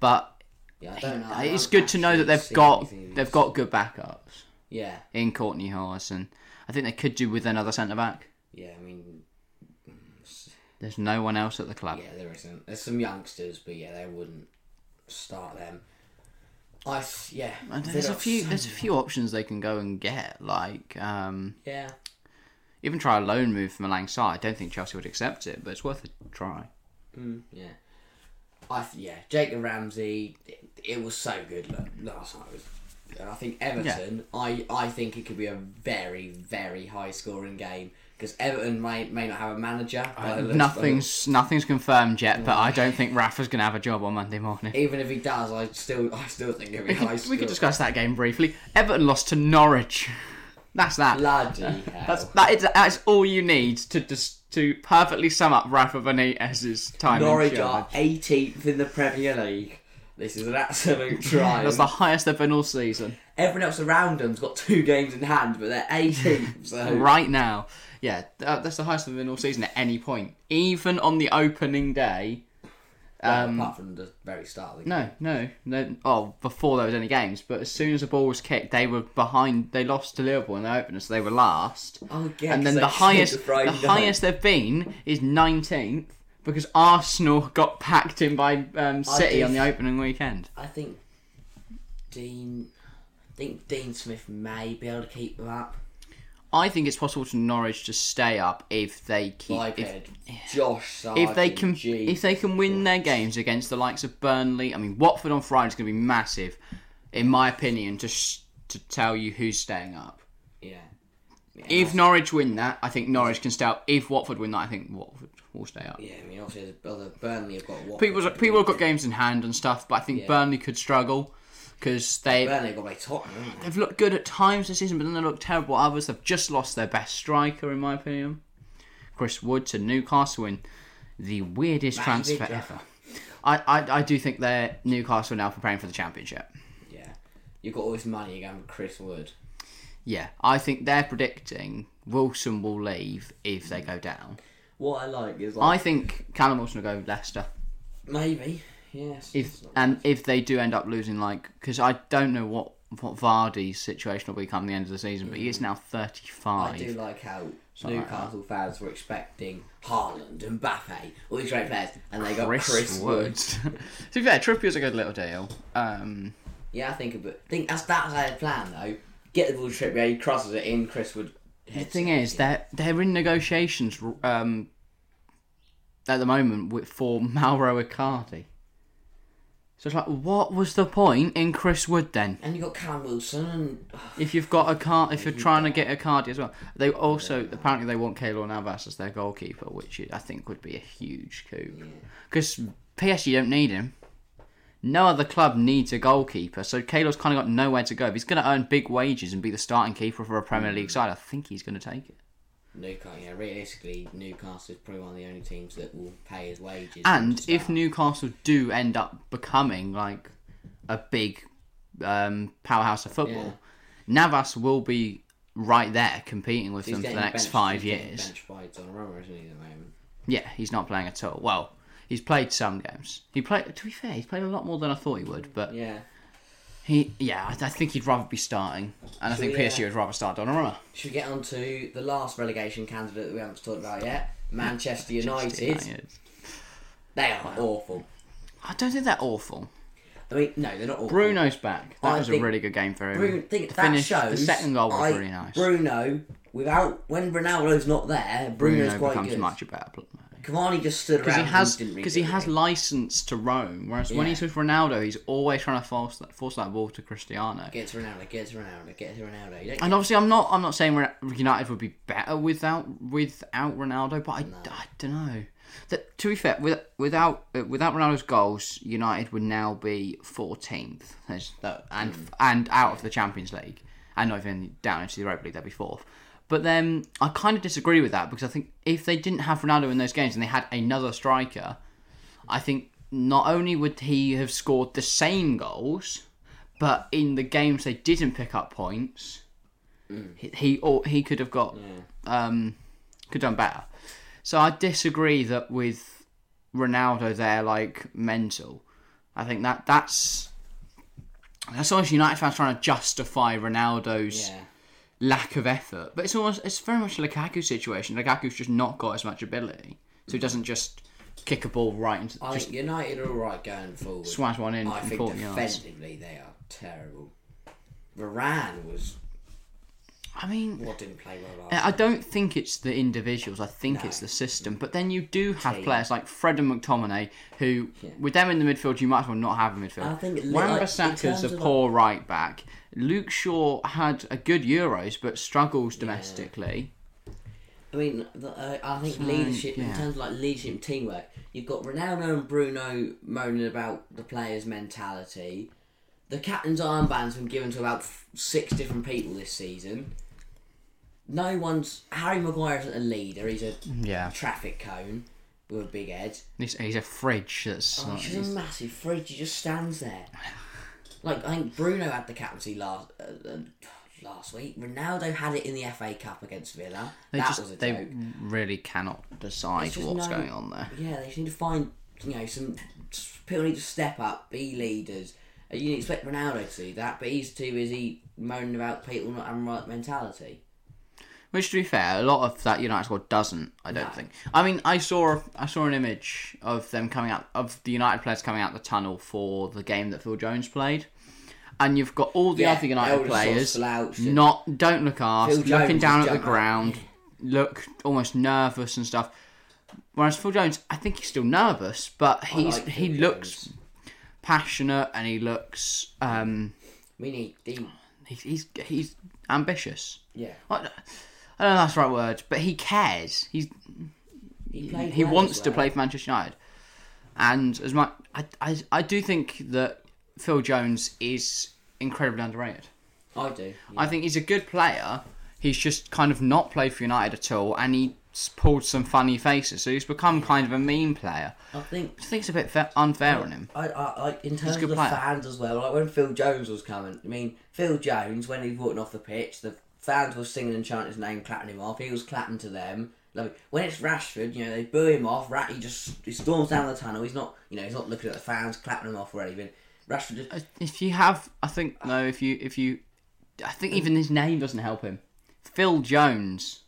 [SPEAKER 1] but
[SPEAKER 2] Yeah, I don't know. I
[SPEAKER 1] it's
[SPEAKER 2] haven't
[SPEAKER 1] good to know that
[SPEAKER 2] actually
[SPEAKER 1] they've
[SPEAKER 2] seen
[SPEAKER 1] got
[SPEAKER 2] anything of
[SPEAKER 1] they've
[SPEAKER 2] his.
[SPEAKER 1] got good backups
[SPEAKER 2] Yeah,
[SPEAKER 1] in Courtney Horse, and I think they could do with another centre back.
[SPEAKER 2] yeah. I mean,
[SPEAKER 1] There's no one else at the club.
[SPEAKER 2] yeah, there isn't. There's some youngsters, but yeah, they wouldn't start them. I s- yeah.
[SPEAKER 1] And
[SPEAKER 2] they've
[SPEAKER 1] there's a
[SPEAKER 2] got
[SPEAKER 1] few
[SPEAKER 2] so-
[SPEAKER 1] there's a few options they can go and get, like um,
[SPEAKER 2] yeah,
[SPEAKER 1] even try a loan move from Malang Sarr. I don't think Chelsea would accept it, but it's worth a try.
[SPEAKER 2] yeah. I th- yeah. Jacob Ramsey. It, it was so good look, last night. Was, and I think Everton. I I think it could be a very very high scoring game because Everton may may not Uh, have a manager. by the looks of it.
[SPEAKER 1] Nothing's nothing's confirmed yet, but I don't think Rafa's gonna have a job on Monday morning.
[SPEAKER 2] Even if he does, I still I still think it'll be high
[SPEAKER 1] We
[SPEAKER 2] scoring.
[SPEAKER 1] could discuss that game briefly. Everton lost to Norwich. That's that.
[SPEAKER 2] Bloody hell.
[SPEAKER 1] That's that is that's all you need to just to perfectly sum up Rafa Benitez's time. in
[SPEAKER 2] Norwich
[SPEAKER 1] charge.
[SPEAKER 2] are 18th in the Premier League. This is an absolute
[SPEAKER 1] That's
[SPEAKER 2] triumph.
[SPEAKER 1] the highest they've been all season.
[SPEAKER 2] Everyone else around them's got two games in hand, but they're 18th. So uh,
[SPEAKER 1] Right now, yeah, uh, that's the highest they've been all season at any point, even on the opening day.
[SPEAKER 2] Well,
[SPEAKER 1] um,
[SPEAKER 2] apart from the very start of the game.
[SPEAKER 1] No, no, no. Oh, before there was any games, but as soon as the ball was kicked, they were behind. They lost to Liverpool in the opener, so they were last.
[SPEAKER 2] Oh, yeah,
[SPEAKER 1] and then
[SPEAKER 2] 'cause
[SPEAKER 1] the
[SPEAKER 2] they
[SPEAKER 1] highest,
[SPEAKER 2] played Friday
[SPEAKER 1] the
[SPEAKER 2] night.
[SPEAKER 1] highest they've been is nineteenth because Arsenal got packed in by um, City
[SPEAKER 2] do
[SPEAKER 1] on the
[SPEAKER 2] th-
[SPEAKER 1] opening weekend.
[SPEAKER 2] I think Dean. I think Dean Smith may be able to keep them up.
[SPEAKER 1] I think it's possible for Norwich to stay up if they keep
[SPEAKER 2] Biped.
[SPEAKER 1] if,
[SPEAKER 2] Josh Sargent,
[SPEAKER 1] if they can
[SPEAKER 2] G.
[SPEAKER 1] if they can win their games against the likes of Burnley. I mean, Watford on Friday is going to be massive, in my opinion. To sh- to tell you who's staying up.
[SPEAKER 2] yeah. yeah.
[SPEAKER 1] If Norwich win that, I think Norwich can stay up. If Watford win that, I think Watford will stay up.
[SPEAKER 2] Yeah, I mean, obviously, the other Burnley have got what?
[SPEAKER 1] People, people have got games in hand and stuff, but I think
[SPEAKER 2] Yeah.
[SPEAKER 1] Burnley could struggle because they
[SPEAKER 2] Burnley have got by Tottenham. haven't they?
[SPEAKER 1] they've looked good at times this season, but then they look terrible at others. They've just lost their best striker, in my opinion, Chris Wood to Newcastle in the weirdest
[SPEAKER 2] That's a big
[SPEAKER 1] transfer
[SPEAKER 2] draft.
[SPEAKER 1] ever. I, I, I do think they're Newcastle now preparing for the championship.
[SPEAKER 2] Yeah, you've got all this money again with Chris Wood.
[SPEAKER 1] Yeah, I think they're predicting Wilson will leave if they go down.
[SPEAKER 2] What I like is like
[SPEAKER 1] I think Callum Wilson will go Leicester.
[SPEAKER 2] maybe yes.
[SPEAKER 1] if and if they do end up losing, like because I don't know what what Vardy's situation will become at the end of the season, but he is now thirty
[SPEAKER 2] I do
[SPEAKER 1] five.
[SPEAKER 2] like how
[SPEAKER 1] Something like
[SPEAKER 2] Newcastle fans were expecting Haaland and Mbappe, all these great players, and they got Chris, Wood.
[SPEAKER 1] Woods. to be fair, Trippier's a good little deal. Um,
[SPEAKER 2] Yeah, I think about think that's that's their plan though. Get the ball to Trippier, he crosses it in. Chris Wood.
[SPEAKER 1] the thing is, they're they're in negotiations um, at the moment with, for Mauro Icardi. So it's like, what was the point in Chris Wood then?
[SPEAKER 2] and you got Callum Wilson and oh,
[SPEAKER 1] If you've got a car, if you're trying to get a Cardi as well, they also apparently they want Keylor Navas as their goalkeeper, which I think would be a huge coup. Because PSG don't need him. No other club needs a goalkeeper, so Keylor's kind of got nowhere to go. If he's going to earn big wages and be the starting keeper for a Premier
[SPEAKER 2] Mm.
[SPEAKER 1] League side, I think he's going to take it.
[SPEAKER 2] Newcastle. Yeah, realistically, Newcastle is probably one of the only teams that will pay his wages.
[SPEAKER 1] And
[SPEAKER 2] to
[SPEAKER 1] if
[SPEAKER 2] start.
[SPEAKER 1] Newcastle do end up becoming like a big um, powerhouse of football, Navas will be right there competing with
[SPEAKER 2] He's
[SPEAKER 1] them for the
[SPEAKER 2] getting
[SPEAKER 1] next
[SPEAKER 2] benched-
[SPEAKER 1] five
[SPEAKER 2] he's getting
[SPEAKER 1] years.
[SPEAKER 2] Benched by Donnarumma, isn't he, at the moment?
[SPEAKER 1] Yeah, he's not playing at all. Well, he's played some games. He played. To be fair, he's played a lot more than I thought he would. But
[SPEAKER 2] Yeah.
[SPEAKER 1] he, yeah, I, I think he'd rather be starting, and I think
[SPEAKER 2] yeah.
[SPEAKER 1] PSG would rather start Donnarumma.
[SPEAKER 2] Should we get on to the last relegation candidate that we haven't talked about yet? Manchester United. They are awful.
[SPEAKER 1] I don't think they're awful.
[SPEAKER 2] I mean, no, they're not awful.
[SPEAKER 1] Bruno's back. That
[SPEAKER 2] I
[SPEAKER 1] was a
[SPEAKER 2] think-
[SPEAKER 1] really good game for him.
[SPEAKER 2] Bruno, think
[SPEAKER 1] The
[SPEAKER 2] that
[SPEAKER 1] finish,
[SPEAKER 2] shows.
[SPEAKER 1] the second goal was
[SPEAKER 2] I-
[SPEAKER 1] really nice.
[SPEAKER 2] Bruno, without when Ronaldo's not there, Bruno's
[SPEAKER 1] Bruno
[SPEAKER 2] quite
[SPEAKER 1] becomes
[SPEAKER 2] good.
[SPEAKER 1] much a better player.
[SPEAKER 2] Cavani just stood
[SPEAKER 1] Because
[SPEAKER 2] around.
[SPEAKER 1] he has,
[SPEAKER 2] and didn't really
[SPEAKER 1] because he
[SPEAKER 2] do
[SPEAKER 1] has
[SPEAKER 2] anything.
[SPEAKER 1] license to roam. Whereas when
[SPEAKER 2] Yeah.
[SPEAKER 1] he's with Ronaldo, he's always trying to force that force that ball to Cristiano.
[SPEAKER 2] Get to Ronaldo, get to Ronaldo, get to Ronaldo. You don't
[SPEAKER 1] And obviously, I'm not. I'm not saying Re- United would be better without without Ronaldo, but I, don't know. That to be fair, with, without uh, without Ronaldo's goals, United would now be 14th, There's that- and and out of the Champions League, and not even down into the Europa League. They'd be fourth. But then I kind of disagree with that because I think if they didn't have Ronaldo in those games and they had another striker, I think not only would he have scored the same goals, but in the games they didn't pick up points, he he, or he could have got um, could have done better. So I disagree that with Ronaldo there like mental. I think that that's that's almost United fans trying to justify Ronaldo's
[SPEAKER 2] Yeah.
[SPEAKER 1] lack of effort. But it's almost it's very much a Lukaku situation. Lukaku's just not got as much ability, so he doesn't just kick a ball right into
[SPEAKER 2] Mm. I
[SPEAKER 1] just
[SPEAKER 2] think United are all right going forward.
[SPEAKER 1] smash one in
[SPEAKER 2] I
[SPEAKER 1] from
[SPEAKER 2] think
[SPEAKER 1] 40 yards.
[SPEAKER 2] defensively they are terrible. Varane was
[SPEAKER 1] I mean,
[SPEAKER 2] what didn't play well last.
[SPEAKER 1] I don't think it's the individuals. I think it's the system. But then you do have players like Fred and McTominay, who with them in the midfield, you might as well not have a midfield.
[SPEAKER 2] I think it- like, in
[SPEAKER 1] Wan-Bissaka's
[SPEAKER 2] terms
[SPEAKER 1] a
[SPEAKER 2] of, like-
[SPEAKER 1] poor right back. Luke Shaw had a good Euros, but struggles domestically.
[SPEAKER 2] I mean, the, uh, I think leadership in
[SPEAKER 1] yeah.
[SPEAKER 2] terms of like leadership and teamwork. You've got Ronaldo and Bruno moaning about the players' mentality. The captain's armband's been given to about f- six different people this season. No one's Harry Maguire isn't a leader. He's a
[SPEAKER 1] Mm, Yeah.
[SPEAKER 2] traffic cone with a big head.
[SPEAKER 1] He's, he's a fridge that's.
[SPEAKER 2] Oh,
[SPEAKER 1] not,
[SPEAKER 2] she's a massive fridge. He just stands there. Like I think Bruno had the captaincy last uh, uh, last week. Ronaldo had it in the FA Cup against Villa.
[SPEAKER 1] they
[SPEAKER 2] that
[SPEAKER 1] just
[SPEAKER 2] was a
[SPEAKER 1] they
[SPEAKER 2] joke.
[SPEAKER 1] really cannot decide
[SPEAKER 2] It's just
[SPEAKER 1] what's
[SPEAKER 2] no-
[SPEAKER 1] going on there.
[SPEAKER 2] Yeah, they just need to find you know some people need to step up, be leaders. Uh, You expect Ronaldo to do that, but he's too busy moaning about people not having right mentality.
[SPEAKER 1] Which, to be fair, a lot of that United squad doesn't. I don't think. I mean, I saw I saw an image of them coming out of the United players coming out the tunnel for the game that Phil Jones played, and you've got all the
[SPEAKER 2] Yeah,
[SPEAKER 1] other
[SPEAKER 2] they
[SPEAKER 1] United
[SPEAKER 2] all just sort of
[SPEAKER 1] players
[SPEAKER 2] slouched and-
[SPEAKER 1] not don't look asked,
[SPEAKER 2] Phil Jones
[SPEAKER 1] looking
[SPEAKER 2] just
[SPEAKER 1] down at the
[SPEAKER 2] jumped up.
[SPEAKER 1] ground, look almost nervous and stuff. Whereas Phil Jones, I think he's still nervous, but he's
[SPEAKER 2] like
[SPEAKER 1] he
[SPEAKER 2] Phil
[SPEAKER 1] looks
[SPEAKER 2] Jones.
[SPEAKER 1] passionate and he looks um
[SPEAKER 2] We need the
[SPEAKER 1] he's he's, he's ambitious.
[SPEAKER 2] yeah.
[SPEAKER 1] I don't I don't know if that's the right word, but he cares. He's
[SPEAKER 2] He, played
[SPEAKER 1] he
[SPEAKER 2] well
[SPEAKER 1] wants
[SPEAKER 2] as
[SPEAKER 1] to
[SPEAKER 2] well.
[SPEAKER 1] play for Manchester United, and as much I, I I do think that Phil Jones is incredibly underrated.
[SPEAKER 2] I do. yeah.
[SPEAKER 1] I think he's a good player. He's just kind of not played for United at all, and he's pulled some funny faces, so he's become kind of a mean player.
[SPEAKER 2] I think
[SPEAKER 1] I think it's a bit fa- unfair on him.
[SPEAKER 2] I, I like in terms
[SPEAKER 1] a good
[SPEAKER 2] of the
[SPEAKER 1] player.
[SPEAKER 2] fans as well. Like when Phil Jones was coming, I mean Phil Jones when he was walking off the pitch, the fans were singing and chanting his name, clapping him off. He was clapping to them. Like when it's Rashford, you know they boo him off. Rat he just he storms down the tunnel. He's not you know he's not looking at the fans, clapping him off or anything. Rashford just
[SPEAKER 1] If you have, I think no. If you if you, I think even his name doesn't help him. Phil Jones.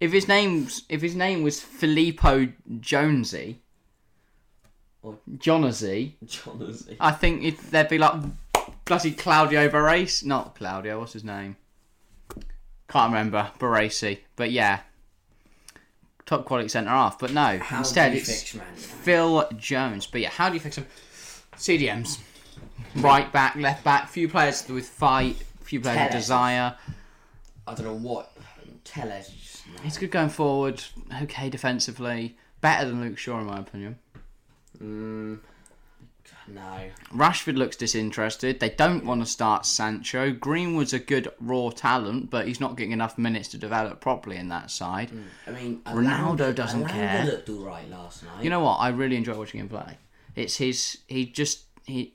[SPEAKER 1] If his name's if his name was Filippo Jonesy, or
[SPEAKER 2] Or-
[SPEAKER 1] Jonesy,
[SPEAKER 2] Jonesy.
[SPEAKER 1] I think it, they'd be like bloody Claudio Barace. Not Claudio. What's his name? Can't remember Barace. But yeah, top quality centre half. But no,
[SPEAKER 2] How
[SPEAKER 1] instead
[SPEAKER 2] do you
[SPEAKER 1] it's
[SPEAKER 2] fix man? United?
[SPEAKER 1] Phil Jones. But yeah, how do you fix him? CDMs. Right back, left back, few players with fight, few players with
[SPEAKER 2] Tellez.
[SPEAKER 1] desire.
[SPEAKER 2] I don't know what. Tellez. just- no.
[SPEAKER 1] He's good going forward, okay defensively, better than Luke Shaw in my opinion.
[SPEAKER 2] Mm, no.
[SPEAKER 1] Rashford looks disinterested. They don't want to start Sancho. Greenwood's a good raw talent, but he's not getting enough minutes to develop properly in that side.
[SPEAKER 2] I mean
[SPEAKER 1] Ronaldo
[SPEAKER 2] Alanga-
[SPEAKER 1] doesn't
[SPEAKER 2] Alanga
[SPEAKER 1] care.
[SPEAKER 2] Looked all right last night.
[SPEAKER 1] You know what? I really enjoy watching him play. It's his he just he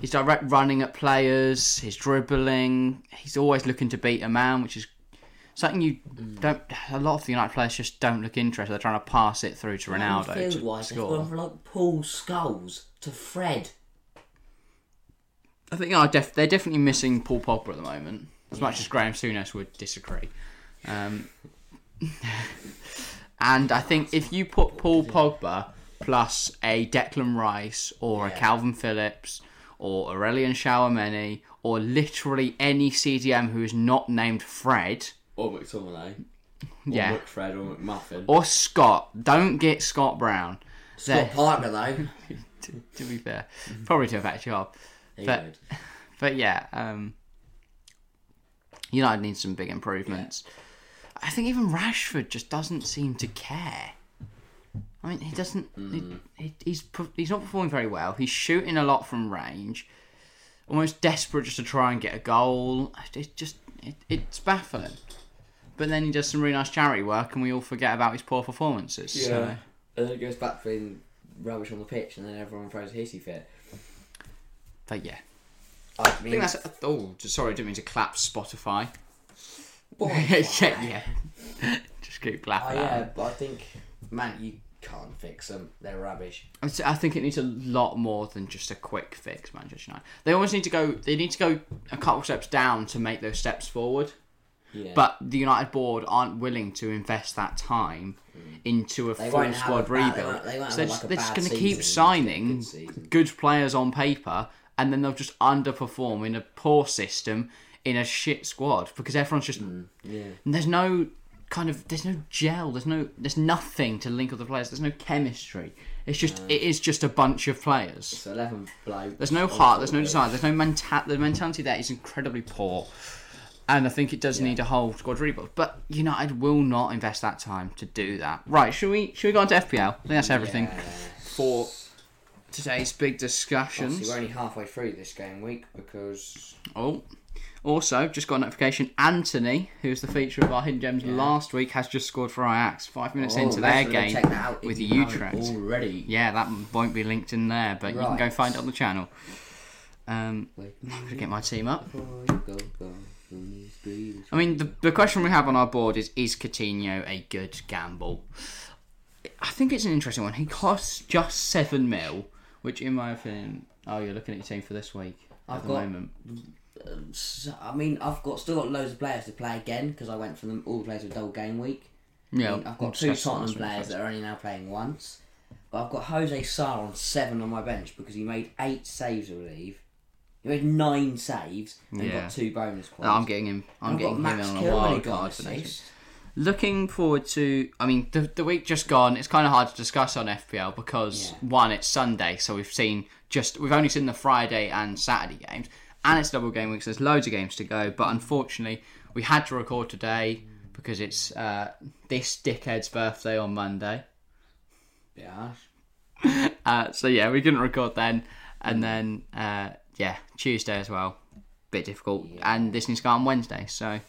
[SPEAKER 1] his direct running at players, his dribbling. He's always looking to beat a man, which is something you don't. A lot of the United players just don't look interested. They're trying to pass it through to Ronaldo
[SPEAKER 2] Midfield
[SPEAKER 1] to
[SPEAKER 2] wise, they've gone
[SPEAKER 1] score.
[SPEAKER 2] from like Paul Skulls to Fred.
[SPEAKER 1] I think they are def- they're definitely missing Paul Pogba at the moment, as much as Graham Souness would disagree. Um, and I think if you put Paul Pogba plus a Declan Rice or a
[SPEAKER 2] Yeah.
[SPEAKER 1] Calvin Phillips or Aurelian Chouameni or literally any CDM who is not named Fred
[SPEAKER 2] Or McTominay.
[SPEAKER 1] Yeah.
[SPEAKER 2] McFred or McMuffin.
[SPEAKER 1] or Scott, don't get Scott Brown.
[SPEAKER 2] Scott Parker though.
[SPEAKER 1] To, to be fair,
[SPEAKER 2] Mm-hmm.
[SPEAKER 1] probably to a better job.
[SPEAKER 2] He
[SPEAKER 1] But-
[SPEAKER 2] would.
[SPEAKER 1] But yeah, um, United needs some big improvements. I think even Rashford just doesn't seem to care. I mean, he doesn't. He, he, he's per- he's not performing very well. He's shooting a lot from range, almost desperate just to try and get a goal. It's just it, it's baffling. But then he does some really nice charity work, and we all forget about his poor performances. Yeah. So.
[SPEAKER 2] And then it goes back to being rubbish on the pitch and then everyone throws a hissy fit.
[SPEAKER 1] But yeah,
[SPEAKER 2] I
[SPEAKER 1] I
[SPEAKER 2] mean,
[SPEAKER 1] think that's. Oh, sorry, I didn't mean to clap Spotify.
[SPEAKER 2] Boy,
[SPEAKER 1] yeah, yeah. Just keep
[SPEAKER 2] oh,
[SPEAKER 1] clapping. at 'em.
[SPEAKER 2] yeah, but I think, man, you can't fix them. They're rubbish.
[SPEAKER 1] I th- I think it needs a lot more than just a quick fix, Manchester United. They almost need to go. They need to go a couple steps down to make those steps forward.
[SPEAKER 2] Yeah.
[SPEAKER 1] But the United board aren't willing to invest that time into a
[SPEAKER 2] Mm. They
[SPEAKER 1] full
[SPEAKER 2] won't have
[SPEAKER 1] squad
[SPEAKER 2] a bad-
[SPEAKER 1] rebuild.
[SPEAKER 2] they won't- they won't
[SPEAKER 1] so they're
[SPEAKER 2] have like
[SPEAKER 1] just,
[SPEAKER 2] a
[SPEAKER 1] they're just
[SPEAKER 2] bad
[SPEAKER 1] going to keep
[SPEAKER 2] season,
[SPEAKER 1] signing
[SPEAKER 2] good season.
[SPEAKER 1] good players on paper, and then they'll just underperform in a poor system in a shit squad because everyone's just
[SPEAKER 2] Mm. yeah.
[SPEAKER 1] and there's no kind of there's no gel. There's no there's nothing to link up the players. There's no chemistry. It's just it is just a bunch of players.
[SPEAKER 2] So 11 bloke.
[SPEAKER 1] There's no heart. There's no desire. There's no mental. The mentality there is incredibly poor, and I think it does need a whole squad rebuild. But United will not invest that time to do that. Right? Should we? Should we go on to FPL? I think that's everything
[SPEAKER 2] Yeah.
[SPEAKER 1] for today's big
[SPEAKER 2] Obviously,
[SPEAKER 1] discussions.
[SPEAKER 2] we're only halfway through this game week because
[SPEAKER 1] Oh, also, just got a notification Anthony, who's the feature of our Hidden Gems last week, has just scored for Ajax five minutes into
[SPEAKER 2] Oh,
[SPEAKER 1] their
[SPEAKER 2] that's what I'm gonna
[SPEAKER 1] game
[SPEAKER 2] check that out if
[SPEAKER 1] with
[SPEAKER 2] you haven't
[SPEAKER 1] Utrecht.
[SPEAKER 2] already.
[SPEAKER 1] Yeah, that won't be linked in there, but you can go
[SPEAKER 2] Right.
[SPEAKER 1] find it on the channel. Um,
[SPEAKER 2] Wake
[SPEAKER 1] I'm
[SPEAKER 2] me
[SPEAKER 1] going to get my team up.
[SPEAKER 2] before you go, go from these breathers.
[SPEAKER 1] I mean, the, the question we have on our board is Is Coutinho a good gamble? I think it's an interesting one. He costs just 7 mil, which, in my opinion, oh, you're looking at your team for this week at
[SPEAKER 2] I've
[SPEAKER 1] the
[SPEAKER 2] got-
[SPEAKER 1] moment.
[SPEAKER 2] Um, so- I mean, I've got still got loads of players to play again because I went for them all players with dull game week. I
[SPEAKER 1] Yeah,
[SPEAKER 2] mean, I've
[SPEAKER 1] we'll
[SPEAKER 2] got two
[SPEAKER 1] discuss that
[SPEAKER 2] Tottenham
[SPEAKER 1] last week
[SPEAKER 2] players
[SPEAKER 1] first.
[SPEAKER 2] that are only now playing once, but I've got Jose Sarr on seven on my bench because he made eight saves, I believe. He made nine saves and
[SPEAKER 1] Yeah.
[SPEAKER 2] got two bonus points.
[SPEAKER 1] No, Oh, I'm getting him. I'm
[SPEAKER 2] I've
[SPEAKER 1] getting
[SPEAKER 2] got
[SPEAKER 1] him
[SPEAKER 2] Max
[SPEAKER 1] on a
[SPEAKER 2] Kilman who
[SPEAKER 1] wild
[SPEAKER 2] got an
[SPEAKER 1] card for next week.
[SPEAKER 2] assist.
[SPEAKER 1] Looking forward to. I mean, the the week just gone. It's kind of hard to discuss on FPL because
[SPEAKER 2] Yeah.
[SPEAKER 1] one, it's Sunday, so we've seen just we've only seen the Friday and Saturday games, and it's double game week, so there's loads of games to go. But unfortunately, we had to record today because it's uh, this dickhead's birthday on Monday.
[SPEAKER 2] Bit harsh.
[SPEAKER 1] Uh, so yeah, we couldn't record then, and then uh, yeah, Tuesday as well. Bit difficult, and this needs to go on Wednesday. So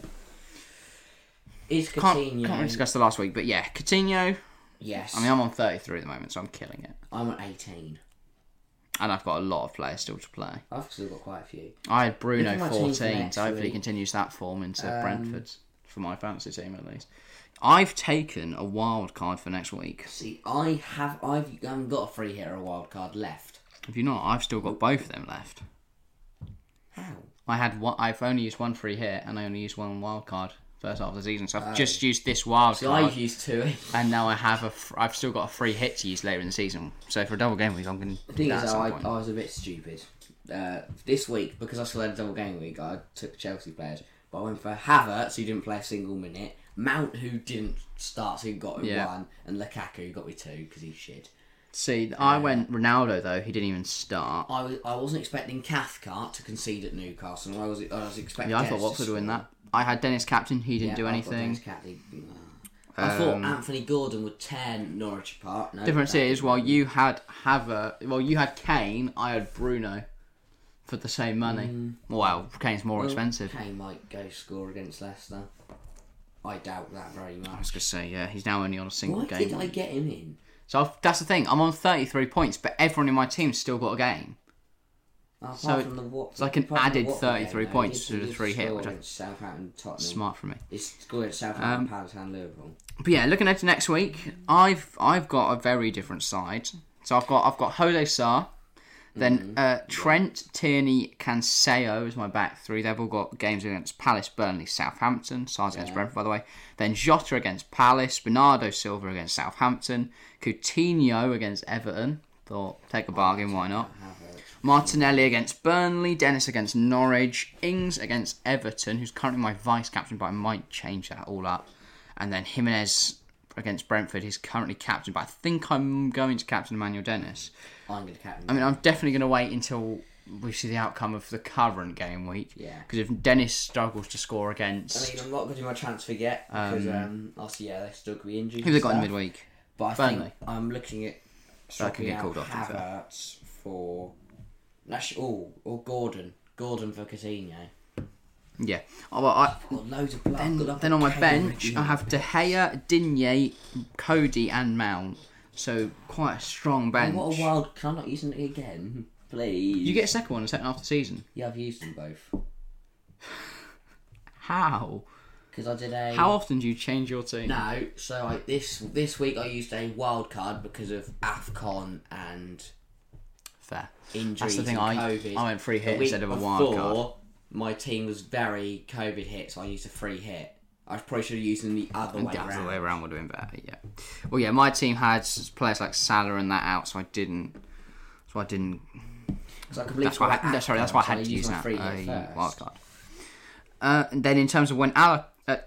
[SPEAKER 2] Is
[SPEAKER 1] can't,
[SPEAKER 2] Coutinho?
[SPEAKER 1] can't really discuss the last week, but yeah, Coutinho.
[SPEAKER 2] yes.
[SPEAKER 1] I mean, I'm on 33 at the moment, so I'm killing it.
[SPEAKER 2] I'm at 18.
[SPEAKER 1] And I've got a lot of players still to play.
[SPEAKER 2] I've still got quite a few.
[SPEAKER 1] I had Bruno
[SPEAKER 2] Look at my team for
[SPEAKER 1] 14,
[SPEAKER 2] next
[SPEAKER 1] so hopefully he
[SPEAKER 2] week. Um,
[SPEAKER 1] continues that form into Brentford's for my fantasy team at least. I've taken a wild card for next week.
[SPEAKER 2] See, I have I've I haven't got a free hit or a wild card left.
[SPEAKER 1] If you're not, I've still got both of them left.
[SPEAKER 2] How?
[SPEAKER 1] I had one. I've only used one free hit, and I only used one wild card first half of the season. So I've just used this wild
[SPEAKER 2] So Oh. I
[SPEAKER 1] card,
[SPEAKER 2] used two.
[SPEAKER 1] and now I have a. Fr- I've still got a free hit to use later in the season. So for a double game week, I'm going to
[SPEAKER 2] The
[SPEAKER 1] do
[SPEAKER 2] thing
[SPEAKER 1] that at
[SPEAKER 2] is,
[SPEAKER 1] some
[SPEAKER 2] I,
[SPEAKER 1] point.
[SPEAKER 2] I was a bit stupid. Uh, this week, because I still had a double game week, I took Chelsea players, but I went for Havertz, who didn't play a single minute, Mount, who didn't start, so he got me
[SPEAKER 1] Yeah.
[SPEAKER 2] one, and Lukaku, who got me two, because he's shit.
[SPEAKER 1] See, I went Ronaldo though. He didn't even start.
[SPEAKER 2] I, was, I wasn't expecting Cathcart to concede at Newcastle, and I was, I was expecting.
[SPEAKER 1] Yeah, I thought
[SPEAKER 2] Dennis to
[SPEAKER 1] Watford would win
[SPEAKER 2] score.
[SPEAKER 1] that. I had Dennis captain. He didn't
[SPEAKER 2] Yeah,
[SPEAKER 1] do
[SPEAKER 2] I thought
[SPEAKER 1] anything.
[SPEAKER 2] Dennis Catley- I thought Anthony Gordon would tear Norwich apart. No,
[SPEAKER 1] Difference
[SPEAKER 2] that-
[SPEAKER 1] is, well, you had Haver. Well, you had Kane. I had Bruno for the same money. Well, Kane's more expensive. I
[SPEAKER 2] Mm. Kane might go score against Leicester. I doubt that very
[SPEAKER 1] was
[SPEAKER 2] much.
[SPEAKER 1] gonna say, yeah, he's now only on a single
[SPEAKER 2] Why
[SPEAKER 1] game.
[SPEAKER 2] did I
[SPEAKER 1] week.
[SPEAKER 2] get him in?
[SPEAKER 1] So I've, that's the thing. I'm on 33 points, but everyone in my team's still got a game.
[SPEAKER 2] Apart
[SPEAKER 1] So
[SPEAKER 2] from the Watford,
[SPEAKER 1] it's like an
[SPEAKER 2] apart from the
[SPEAKER 1] added
[SPEAKER 2] Watford game,
[SPEAKER 1] 33
[SPEAKER 2] though,
[SPEAKER 1] points
[SPEAKER 2] he
[SPEAKER 1] to
[SPEAKER 2] did-
[SPEAKER 1] the
[SPEAKER 2] he did
[SPEAKER 1] three hit,
[SPEAKER 2] score
[SPEAKER 1] which I-
[SPEAKER 2] against Southampton, Tottenham.
[SPEAKER 1] Smart Um, for me.
[SPEAKER 2] It's scored at Southampton, Palace, and Liverpool.
[SPEAKER 1] But yeah, looking ahead to next week, I've I've got a very different side. So I've got I've got Jose Sarr, then uh, Trent, Tierney, Canseo is my back three. They've all got games against Palace, Burnley, Southampton. Sarr's against Brentford, by the way. Then Jota against Palace, Bernardo Silva against Southampton, Coutinho against Everton. Thought take a bargain, why not? Martinelli against Burnley, Dennis against Norwich, Ings against Everton, who's currently my vice captain, but I might change that all up. And then Jimenez against Brentford, he's currently captain, but I think I'm going to captain Emmanuel Dennis.
[SPEAKER 2] I'm going to captain.
[SPEAKER 1] I mean, I'm definitely going to wait until we see the outcome of the current game week.
[SPEAKER 2] Yeah.
[SPEAKER 1] Because if Dennis struggles to score against.
[SPEAKER 2] I mean, I'm not going to do my transfer yet because um, obviously, yeah, they still could be injured.
[SPEAKER 1] who
[SPEAKER 2] and
[SPEAKER 1] they got in
[SPEAKER 2] stuff.
[SPEAKER 1] midweek?
[SPEAKER 2] But I
[SPEAKER 1] Burnley.
[SPEAKER 2] think I'm looking at swapping
[SPEAKER 1] get
[SPEAKER 2] out
[SPEAKER 1] called off, to be fair.
[SPEAKER 2] Havertz for Nash or or Gordon, Gordon for Coutinho.
[SPEAKER 1] Yeah. Oh, well, I,
[SPEAKER 2] I've got loads of blood. I've got
[SPEAKER 1] then on my
[SPEAKER 2] Kane
[SPEAKER 1] bench,
[SPEAKER 2] Richards.
[SPEAKER 1] I have De Gea, Digne, Cody, and Mount. So quite a strong bench.
[SPEAKER 2] Oh, What a wild! Can I not use them again, please?
[SPEAKER 1] You get a second one in the second half of the season.
[SPEAKER 2] Yeah, I've used them both
[SPEAKER 1] How?
[SPEAKER 2] because I did a.
[SPEAKER 1] How often do you change your team?
[SPEAKER 2] No, so I, this this week I used a wild card because of Afcon and
[SPEAKER 1] Fair. That's
[SPEAKER 2] injuries.
[SPEAKER 1] the thing.
[SPEAKER 2] and
[SPEAKER 1] I,
[SPEAKER 2] COVID.
[SPEAKER 1] I went free
[SPEAKER 2] The
[SPEAKER 1] hit
[SPEAKER 2] week
[SPEAKER 1] instead of a wild card.
[SPEAKER 2] before, My team was very COVID hit, so I used a free hit. I probably should have used them the other way
[SPEAKER 1] Yeah, the
[SPEAKER 2] around.
[SPEAKER 1] way around would have been better. Yeah. Well, yeah, my team had s- players like Salah and that out, so I didn't. So I didn't.
[SPEAKER 2] 'Cause I completely
[SPEAKER 1] That's why. I,
[SPEAKER 2] forgot
[SPEAKER 1] that's- sorry,
[SPEAKER 2] Afcon,
[SPEAKER 1] that's why I
[SPEAKER 2] so
[SPEAKER 1] had to
[SPEAKER 2] used
[SPEAKER 1] use
[SPEAKER 2] my
[SPEAKER 1] that Oh,
[SPEAKER 2] free hit
[SPEAKER 1] a
[SPEAKER 2] first.
[SPEAKER 1] wild card. Uh, and then in terms of when Allah, uh,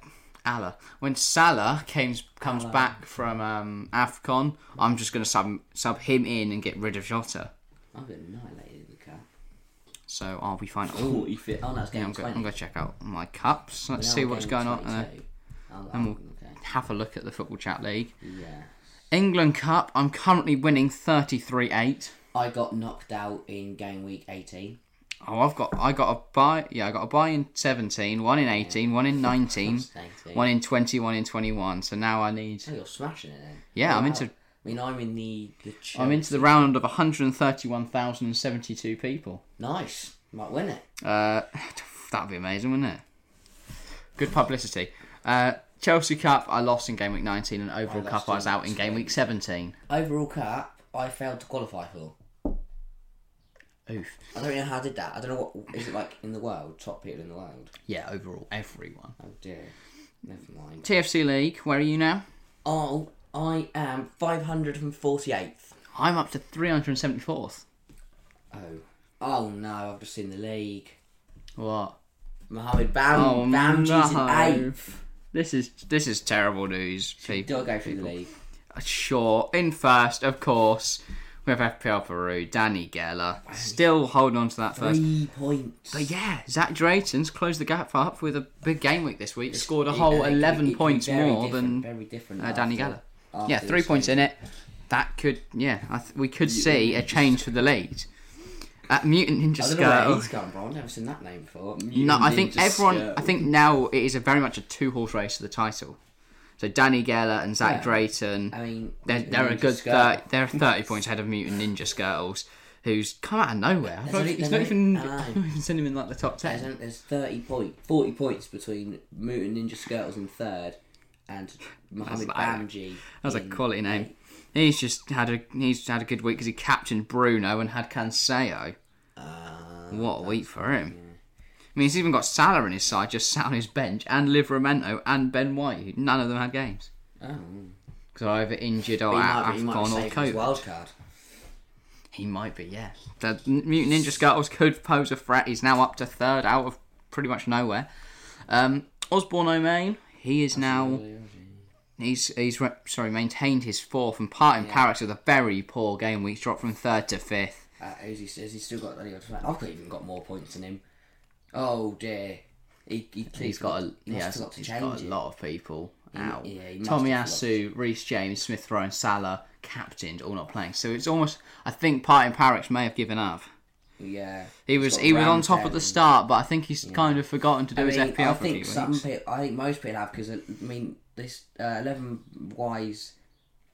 [SPEAKER 1] Allah, when Salah came, comes back from um, Afcon, I'm just going to sub sub him in and get rid of Jota.
[SPEAKER 2] I've been annihilated in the cup.
[SPEAKER 1] So I'll be fine. Oh,
[SPEAKER 2] Oh, Oh, that's game
[SPEAKER 1] I'm go-
[SPEAKER 2] 20.
[SPEAKER 1] I'm going to check out my cups. Let's
[SPEAKER 2] Now
[SPEAKER 1] see
[SPEAKER 2] I'm
[SPEAKER 1] what's
[SPEAKER 2] game
[SPEAKER 1] going on. Uh,
[SPEAKER 2] 22. Oh, okay.
[SPEAKER 1] have a look at the Football Chat League.
[SPEAKER 2] Yeah.
[SPEAKER 1] England Cup, I'm currently winning 33 8.
[SPEAKER 2] I got knocked out in game week 18.
[SPEAKER 1] Oh, I've got I got a buy. Yeah, I got a buy in seventeen, one in eighteen, one in nineteen,
[SPEAKER 2] That's 18.
[SPEAKER 1] one in twenty, one in twenty-one. So now I need.
[SPEAKER 2] Oh, you're smashing it then.
[SPEAKER 1] Yeah, I'm
[SPEAKER 2] Wow.
[SPEAKER 1] into-
[SPEAKER 2] I mean, I'm in the. the chill.
[SPEAKER 1] I'm into the round of one hundred thirty-one thousand seventy-two people.
[SPEAKER 2] Nice. Might win it.
[SPEAKER 1] Uh, that'd be amazing, wouldn't it? Good publicity. Uh, Chelsea Cup, I lost in game week 19, and overall
[SPEAKER 2] lost
[SPEAKER 1] cup I was
[SPEAKER 2] in
[SPEAKER 1] out in game week 17.
[SPEAKER 2] Overall cup, I failed to qualify for.
[SPEAKER 1] Oof.
[SPEAKER 2] I don't know how I did that. I don't know what. Is it like in the world? Top people in the world?
[SPEAKER 1] Yeah, overall, everyone.
[SPEAKER 2] Oh dear. Never mind.
[SPEAKER 1] TFC League, where are you now?
[SPEAKER 2] Oh, I am 548th.
[SPEAKER 1] I'm up to 374th.
[SPEAKER 2] Oh. Oh no, I've just seen the league.
[SPEAKER 1] What?
[SPEAKER 2] Mohammed Bam.
[SPEAKER 1] Oh,
[SPEAKER 2] Bamji's
[SPEAKER 1] no.
[SPEAKER 2] in 8th.
[SPEAKER 1] This is this is terrible news.
[SPEAKER 2] Do I
[SPEAKER 1] People. Uh,
[SPEAKER 2] go through the league?
[SPEAKER 1] Sure, in first, of course, we have FPL Peru, Danny Geller, still holding on to that first.
[SPEAKER 2] Three points.
[SPEAKER 1] But yeah, Zach Drayton's closed the gap up with a big game week this week. Scored a
[SPEAKER 2] It- uh,
[SPEAKER 1] whole
[SPEAKER 2] it can be- it can
[SPEAKER 1] eleven
[SPEAKER 2] be
[SPEAKER 1] points
[SPEAKER 2] very
[SPEAKER 1] more
[SPEAKER 2] different-
[SPEAKER 1] than
[SPEAKER 2] very different
[SPEAKER 1] uh, Danny
[SPEAKER 2] after-
[SPEAKER 1] Geller.
[SPEAKER 2] after
[SPEAKER 1] Yeah,
[SPEAKER 2] this
[SPEAKER 1] three points
[SPEAKER 2] game.
[SPEAKER 1] in it. That could yeah, I th- we could see a change for the lead. At Mutant Ninja
[SPEAKER 2] I don't know where
[SPEAKER 1] Skirl.
[SPEAKER 2] he's come from. I've never seen that name before.
[SPEAKER 1] No, I think everyone. I think now it is a very much a two-horse race for the title. So Danny Geller and Zach
[SPEAKER 2] Yeah.
[SPEAKER 1] Drayton.
[SPEAKER 2] I mean,
[SPEAKER 1] They're,
[SPEAKER 2] Mutant
[SPEAKER 1] they're a
[SPEAKER 2] Ninja
[SPEAKER 1] good
[SPEAKER 2] Skirl.
[SPEAKER 1] 30, they're 30 points ahead of Mutant Ninja Skirtles, who's come out of nowhere. I've
[SPEAKER 2] There's
[SPEAKER 1] not,
[SPEAKER 2] only-
[SPEAKER 1] he's
[SPEAKER 2] there's
[SPEAKER 1] not
[SPEAKER 2] only-
[SPEAKER 1] even,
[SPEAKER 2] I know.
[SPEAKER 1] I've not even seen him in like the top 10.
[SPEAKER 2] There's, an- there's 30 point, 40 points between Moot and Ninja Skirtles in third and Mohammed
[SPEAKER 1] That's like-
[SPEAKER 2] Bamji.
[SPEAKER 1] That's a
[SPEAKER 2] in-
[SPEAKER 1] quality name. He's just had a he's had a good week because he captained Bruno and had Canseo.
[SPEAKER 2] Uh,
[SPEAKER 1] What a week for him! I mean, he's even got Salah in his side, just sat on his bench, and Livramento and Ben White. who- None of them had games
[SPEAKER 2] oh.
[SPEAKER 1] because they're either injured
[SPEAKER 2] He
[SPEAKER 1] or
[SPEAKER 2] might,
[SPEAKER 1] out
[SPEAKER 2] be- he might
[SPEAKER 1] Afghan or
[SPEAKER 2] save his
[SPEAKER 1] COVID.
[SPEAKER 2] wild card.
[SPEAKER 1] He might be, yeah. The Mutant Ninja Scuttles could pose a threat. He's now up to third out of pretty much nowhere. Um, Osborne O'Main, he is now. He's he's re- sorry maintained his fourth and part in Paris with a very poor game week drop from third to fifth.
[SPEAKER 2] Uh, has, he, has he still got any other I've got even got more points than him. Oh dear. He, he,
[SPEAKER 1] He's got a
[SPEAKER 2] he
[SPEAKER 1] yeah,
[SPEAKER 2] must have
[SPEAKER 1] he's
[SPEAKER 2] got to
[SPEAKER 1] he's
[SPEAKER 2] change
[SPEAKER 1] got a
[SPEAKER 2] it.
[SPEAKER 1] lot of people out.
[SPEAKER 2] yeah, he must
[SPEAKER 1] Tommy
[SPEAKER 2] have
[SPEAKER 1] Asu, Reece James, Smith Rowe, and Salah captained all not playing. So it's almost I think part in Paris may have given up.
[SPEAKER 2] Yeah.
[SPEAKER 1] He
[SPEAKER 2] He's
[SPEAKER 1] was
[SPEAKER 2] got
[SPEAKER 1] he was on top
[SPEAKER 2] Ramsdale.
[SPEAKER 1] at the start, but I think he's kind of forgotten to do
[SPEAKER 2] I
[SPEAKER 1] his
[SPEAKER 2] mean,
[SPEAKER 1] FPL
[SPEAKER 2] I
[SPEAKER 1] for a few
[SPEAKER 2] think some
[SPEAKER 1] weeks.
[SPEAKER 2] people, I think most people have because I mean this uh, eleven wise,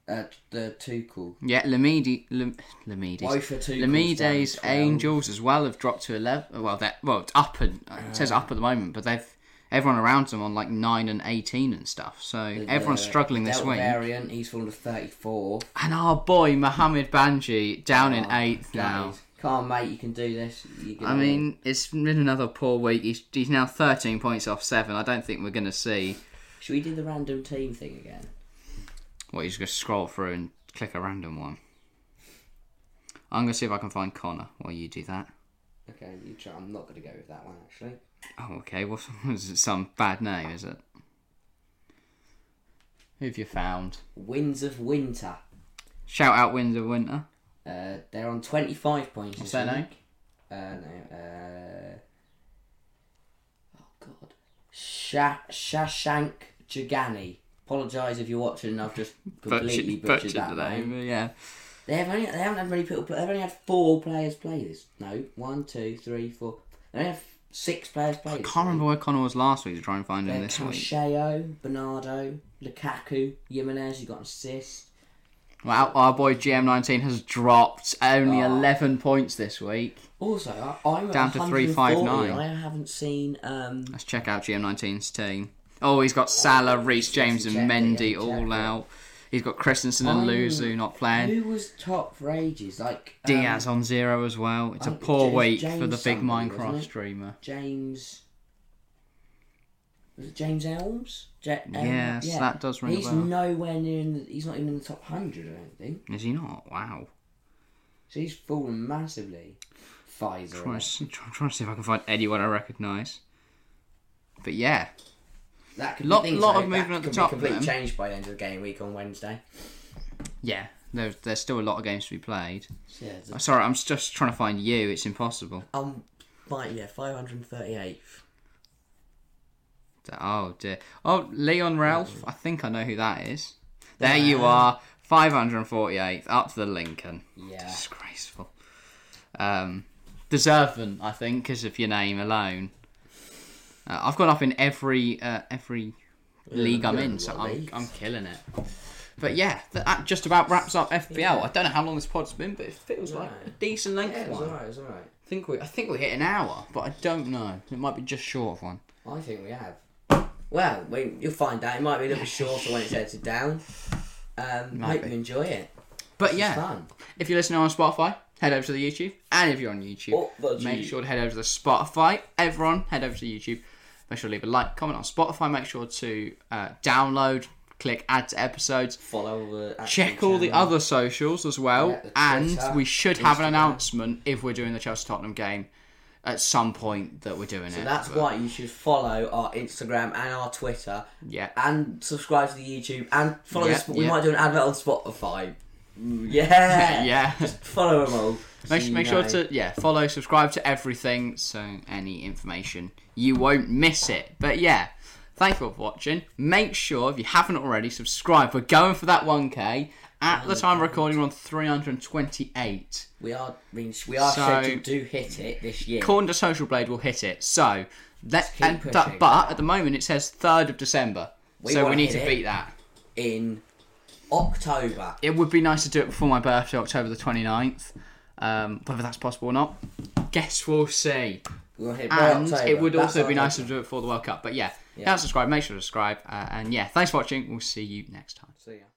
[SPEAKER 2] uh, the Tuchel.
[SPEAKER 1] Yeah, Lamidi, Lam, Lamides.
[SPEAKER 2] Why for Tuchel's
[SPEAKER 1] Lamide's
[SPEAKER 2] down 12?
[SPEAKER 1] Angels as well have dropped to eleven. Oh, Well, that well it's up and it says up at the moment, but they've everyone around them on like nine and eighteen and stuff. So everyone's
[SPEAKER 2] The
[SPEAKER 1] struggling this
[SPEAKER 2] Delta
[SPEAKER 1] week.
[SPEAKER 2] Variant, he's fallen to thirty four.
[SPEAKER 1] And our boy Mohamed Banji down
[SPEAKER 2] Oh,
[SPEAKER 1] in eighth now.
[SPEAKER 2] come on, mate, you can do this. You can
[SPEAKER 1] I mean, it's been another poor week. He's, he's now thirteen points off seven. I don't think we're going to see.
[SPEAKER 2] should we do the random team thing again?
[SPEAKER 1] Well, you just going to scroll through and click a random one. I'm going to see if I can find Connor while you do that.
[SPEAKER 2] Okay, you try. I'm not going to go with that one actually.
[SPEAKER 1] Oh, okay. What was it? Some bad name, is it? Who have you found?
[SPEAKER 2] Winds of Winter.
[SPEAKER 1] Shout out Winds of Winter.
[SPEAKER 2] Uh, they're on twenty five points.
[SPEAKER 1] What's
[SPEAKER 2] this
[SPEAKER 1] their name?
[SPEAKER 2] week. Uh, no. Uh, oh God. Sha- Shashank Jagani. Apologise if you're watching. and I've just completely butchered, that
[SPEAKER 1] the
[SPEAKER 2] name.
[SPEAKER 1] Yeah.
[SPEAKER 2] They've only they haven't had many people. Play. They've only had four players play this. No, one, two, three, four. They only have six players play this.
[SPEAKER 1] Can't remember where Connor was last week to try and find him
[SPEAKER 2] Uh,
[SPEAKER 1] this week.
[SPEAKER 2] Cancelo, Bernardo, Lukaku, Jimenez. You got an assist.
[SPEAKER 1] Wow, our boy GM19 has dropped only
[SPEAKER 2] Ah.
[SPEAKER 1] 11 points this week.
[SPEAKER 2] Also, I, I'm
[SPEAKER 1] Down to 359.
[SPEAKER 2] I haven't seen. Um,
[SPEAKER 1] Let's check out GM19's team. Oh, he's got Salah, Reece James, and
[SPEAKER 2] Check it,
[SPEAKER 1] Mendy
[SPEAKER 2] yeah, check
[SPEAKER 1] all
[SPEAKER 2] it.
[SPEAKER 1] out. He's got Christensen and
[SPEAKER 2] Oh. Um,
[SPEAKER 1] Luzu not playing.
[SPEAKER 2] Who was top for ages? Like um,
[SPEAKER 1] Diaz on zero as well. It's a
[SPEAKER 2] I think
[SPEAKER 1] poor
[SPEAKER 2] it's
[SPEAKER 1] week
[SPEAKER 2] oh, James
[SPEAKER 1] for the big
[SPEAKER 2] something, wasn't
[SPEAKER 1] Minecraft
[SPEAKER 2] it?
[SPEAKER 1] streamer.
[SPEAKER 2] James. Was it James Elms? Ja- Elm-
[SPEAKER 1] Yes, that does ring a
[SPEAKER 2] He's
[SPEAKER 1] bell.
[SPEAKER 2] nowhere near. In the, he's not even in the top hundred or anything.
[SPEAKER 1] Is he not? Wow.
[SPEAKER 2] So he's fallen massively. Pfizer.
[SPEAKER 1] I'm trying, to, try- trying to see if I can find anyone I recognise. But yeah,
[SPEAKER 2] That could
[SPEAKER 1] Lot-
[SPEAKER 2] be things,
[SPEAKER 1] lot
[SPEAKER 2] though.
[SPEAKER 1] of movement
[SPEAKER 2] that
[SPEAKER 1] at the
[SPEAKER 2] could
[SPEAKER 1] top
[SPEAKER 2] Be completely
[SPEAKER 1] then.
[SPEAKER 2] changed by the end of the game week on Wednesday.
[SPEAKER 1] yeah. There's there's still a lot of games to be played.
[SPEAKER 2] So, yeah,
[SPEAKER 1] Oh,
[SPEAKER 2] the-
[SPEAKER 1] Sorry, I'm just trying to find you. It's impossible.
[SPEAKER 2] um, five, yeah, five hundred thirty-eighth.
[SPEAKER 1] Oh dear. Oh, Leon Ralph. I think I know who that is. There you are. 548th, up to the Lincoln.
[SPEAKER 2] Yeah.
[SPEAKER 1] Disgraceful. Um, deserving, I think, because of your name alone. Uh, I've gone up in every uh, every league I'm
[SPEAKER 2] you're in
[SPEAKER 1] in,
[SPEAKER 2] a
[SPEAKER 1] so
[SPEAKER 2] lot of
[SPEAKER 1] I'm,
[SPEAKER 2] leagues.
[SPEAKER 1] I'm killing it. But yeah, that, that just about wraps up FBL. I don't know how long this pod's been, but it feels like
[SPEAKER 2] No.
[SPEAKER 1] a decent length
[SPEAKER 2] Yeah, it was
[SPEAKER 1] one.
[SPEAKER 2] alright, it was alright.
[SPEAKER 1] I think we I think we hit an hour, but I don't know. It might be just short of one.
[SPEAKER 2] I think we have. Well, we, you'll find out. It might be a little bit shorter when it's edited down. Um,
[SPEAKER 1] Might
[SPEAKER 2] hope
[SPEAKER 1] be.
[SPEAKER 2] you enjoy it.
[SPEAKER 1] But
[SPEAKER 2] It's
[SPEAKER 1] yeah,
[SPEAKER 2] fun.
[SPEAKER 1] if you're listening on Spotify, head over to the YouTube. And if you're on YouTube,
[SPEAKER 2] Oh, that's
[SPEAKER 1] make
[SPEAKER 2] you.
[SPEAKER 1] sure to head over to the Spotify. Everyone, head over to YouTube. Make sure to leave a like, comment on Spotify. Make sure to uh, download, click add to episodes.
[SPEAKER 2] Follow the. actual
[SPEAKER 1] Check all the
[SPEAKER 2] channel.
[SPEAKER 1] other socials as well.
[SPEAKER 2] Yeah, the
[SPEAKER 1] and
[SPEAKER 2] Twitter,
[SPEAKER 1] we should have an
[SPEAKER 2] Instagram.
[SPEAKER 1] announcement if we're doing the Chelsea Tottenham game at some point that we're doing it.
[SPEAKER 2] That's
[SPEAKER 1] But
[SPEAKER 2] why you should follow our Instagram and our Twitter.
[SPEAKER 1] Yeah.
[SPEAKER 2] And subscribe to the YouTube and follow.
[SPEAKER 1] Yeah,
[SPEAKER 2] the, Sp- We
[SPEAKER 1] yeah.
[SPEAKER 2] might do an advert on Spotify. Mm, Yeah.
[SPEAKER 1] Yeah.
[SPEAKER 2] Follow them all.
[SPEAKER 1] Make,
[SPEAKER 2] So you
[SPEAKER 1] make sure
[SPEAKER 2] know.
[SPEAKER 1] to yeah follow subscribe to everything so any information you won't miss it but yeah thank you for watching make sure if you haven't already subscribe we're going for that 1k at the time of recording we're on 328
[SPEAKER 2] We are. I mean, we are
[SPEAKER 1] So-
[SPEAKER 2] scheduled to hit it this year.
[SPEAKER 1] according to social blade we'll hit it so let
[SPEAKER 2] keep
[SPEAKER 1] and that,
[SPEAKER 2] pushing.
[SPEAKER 1] but at the moment it says 3rd of december
[SPEAKER 2] We
[SPEAKER 1] so we
[SPEAKER 2] wanna
[SPEAKER 1] need to
[SPEAKER 2] hit it.
[SPEAKER 1] beat that
[SPEAKER 2] In October.
[SPEAKER 1] it would be nice to do it before my birthday october the 29th um, whether that's possible or not guess we'll see
[SPEAKER 2] We want to hit by
[SPEAKER 1] and
[SPEAKER 2] October.
[SPEAKER 1] it would
[SPEAKER 2] That's
[SPEAKER 1] also
[SPEAKER 2] our
[SPEAKER 1] be nice to
[SPEAKER 2] deadline.
[SPEAKER 1] do it for the World Cup. But yeah,
[SPEAKER 2] Yeah.
[SPEAKER 1] yeah. subscribe. Make sure to subscribe. Uh, and yeah, thanks for watching. We'll see you next time.
[SPEAKER 2] See ya.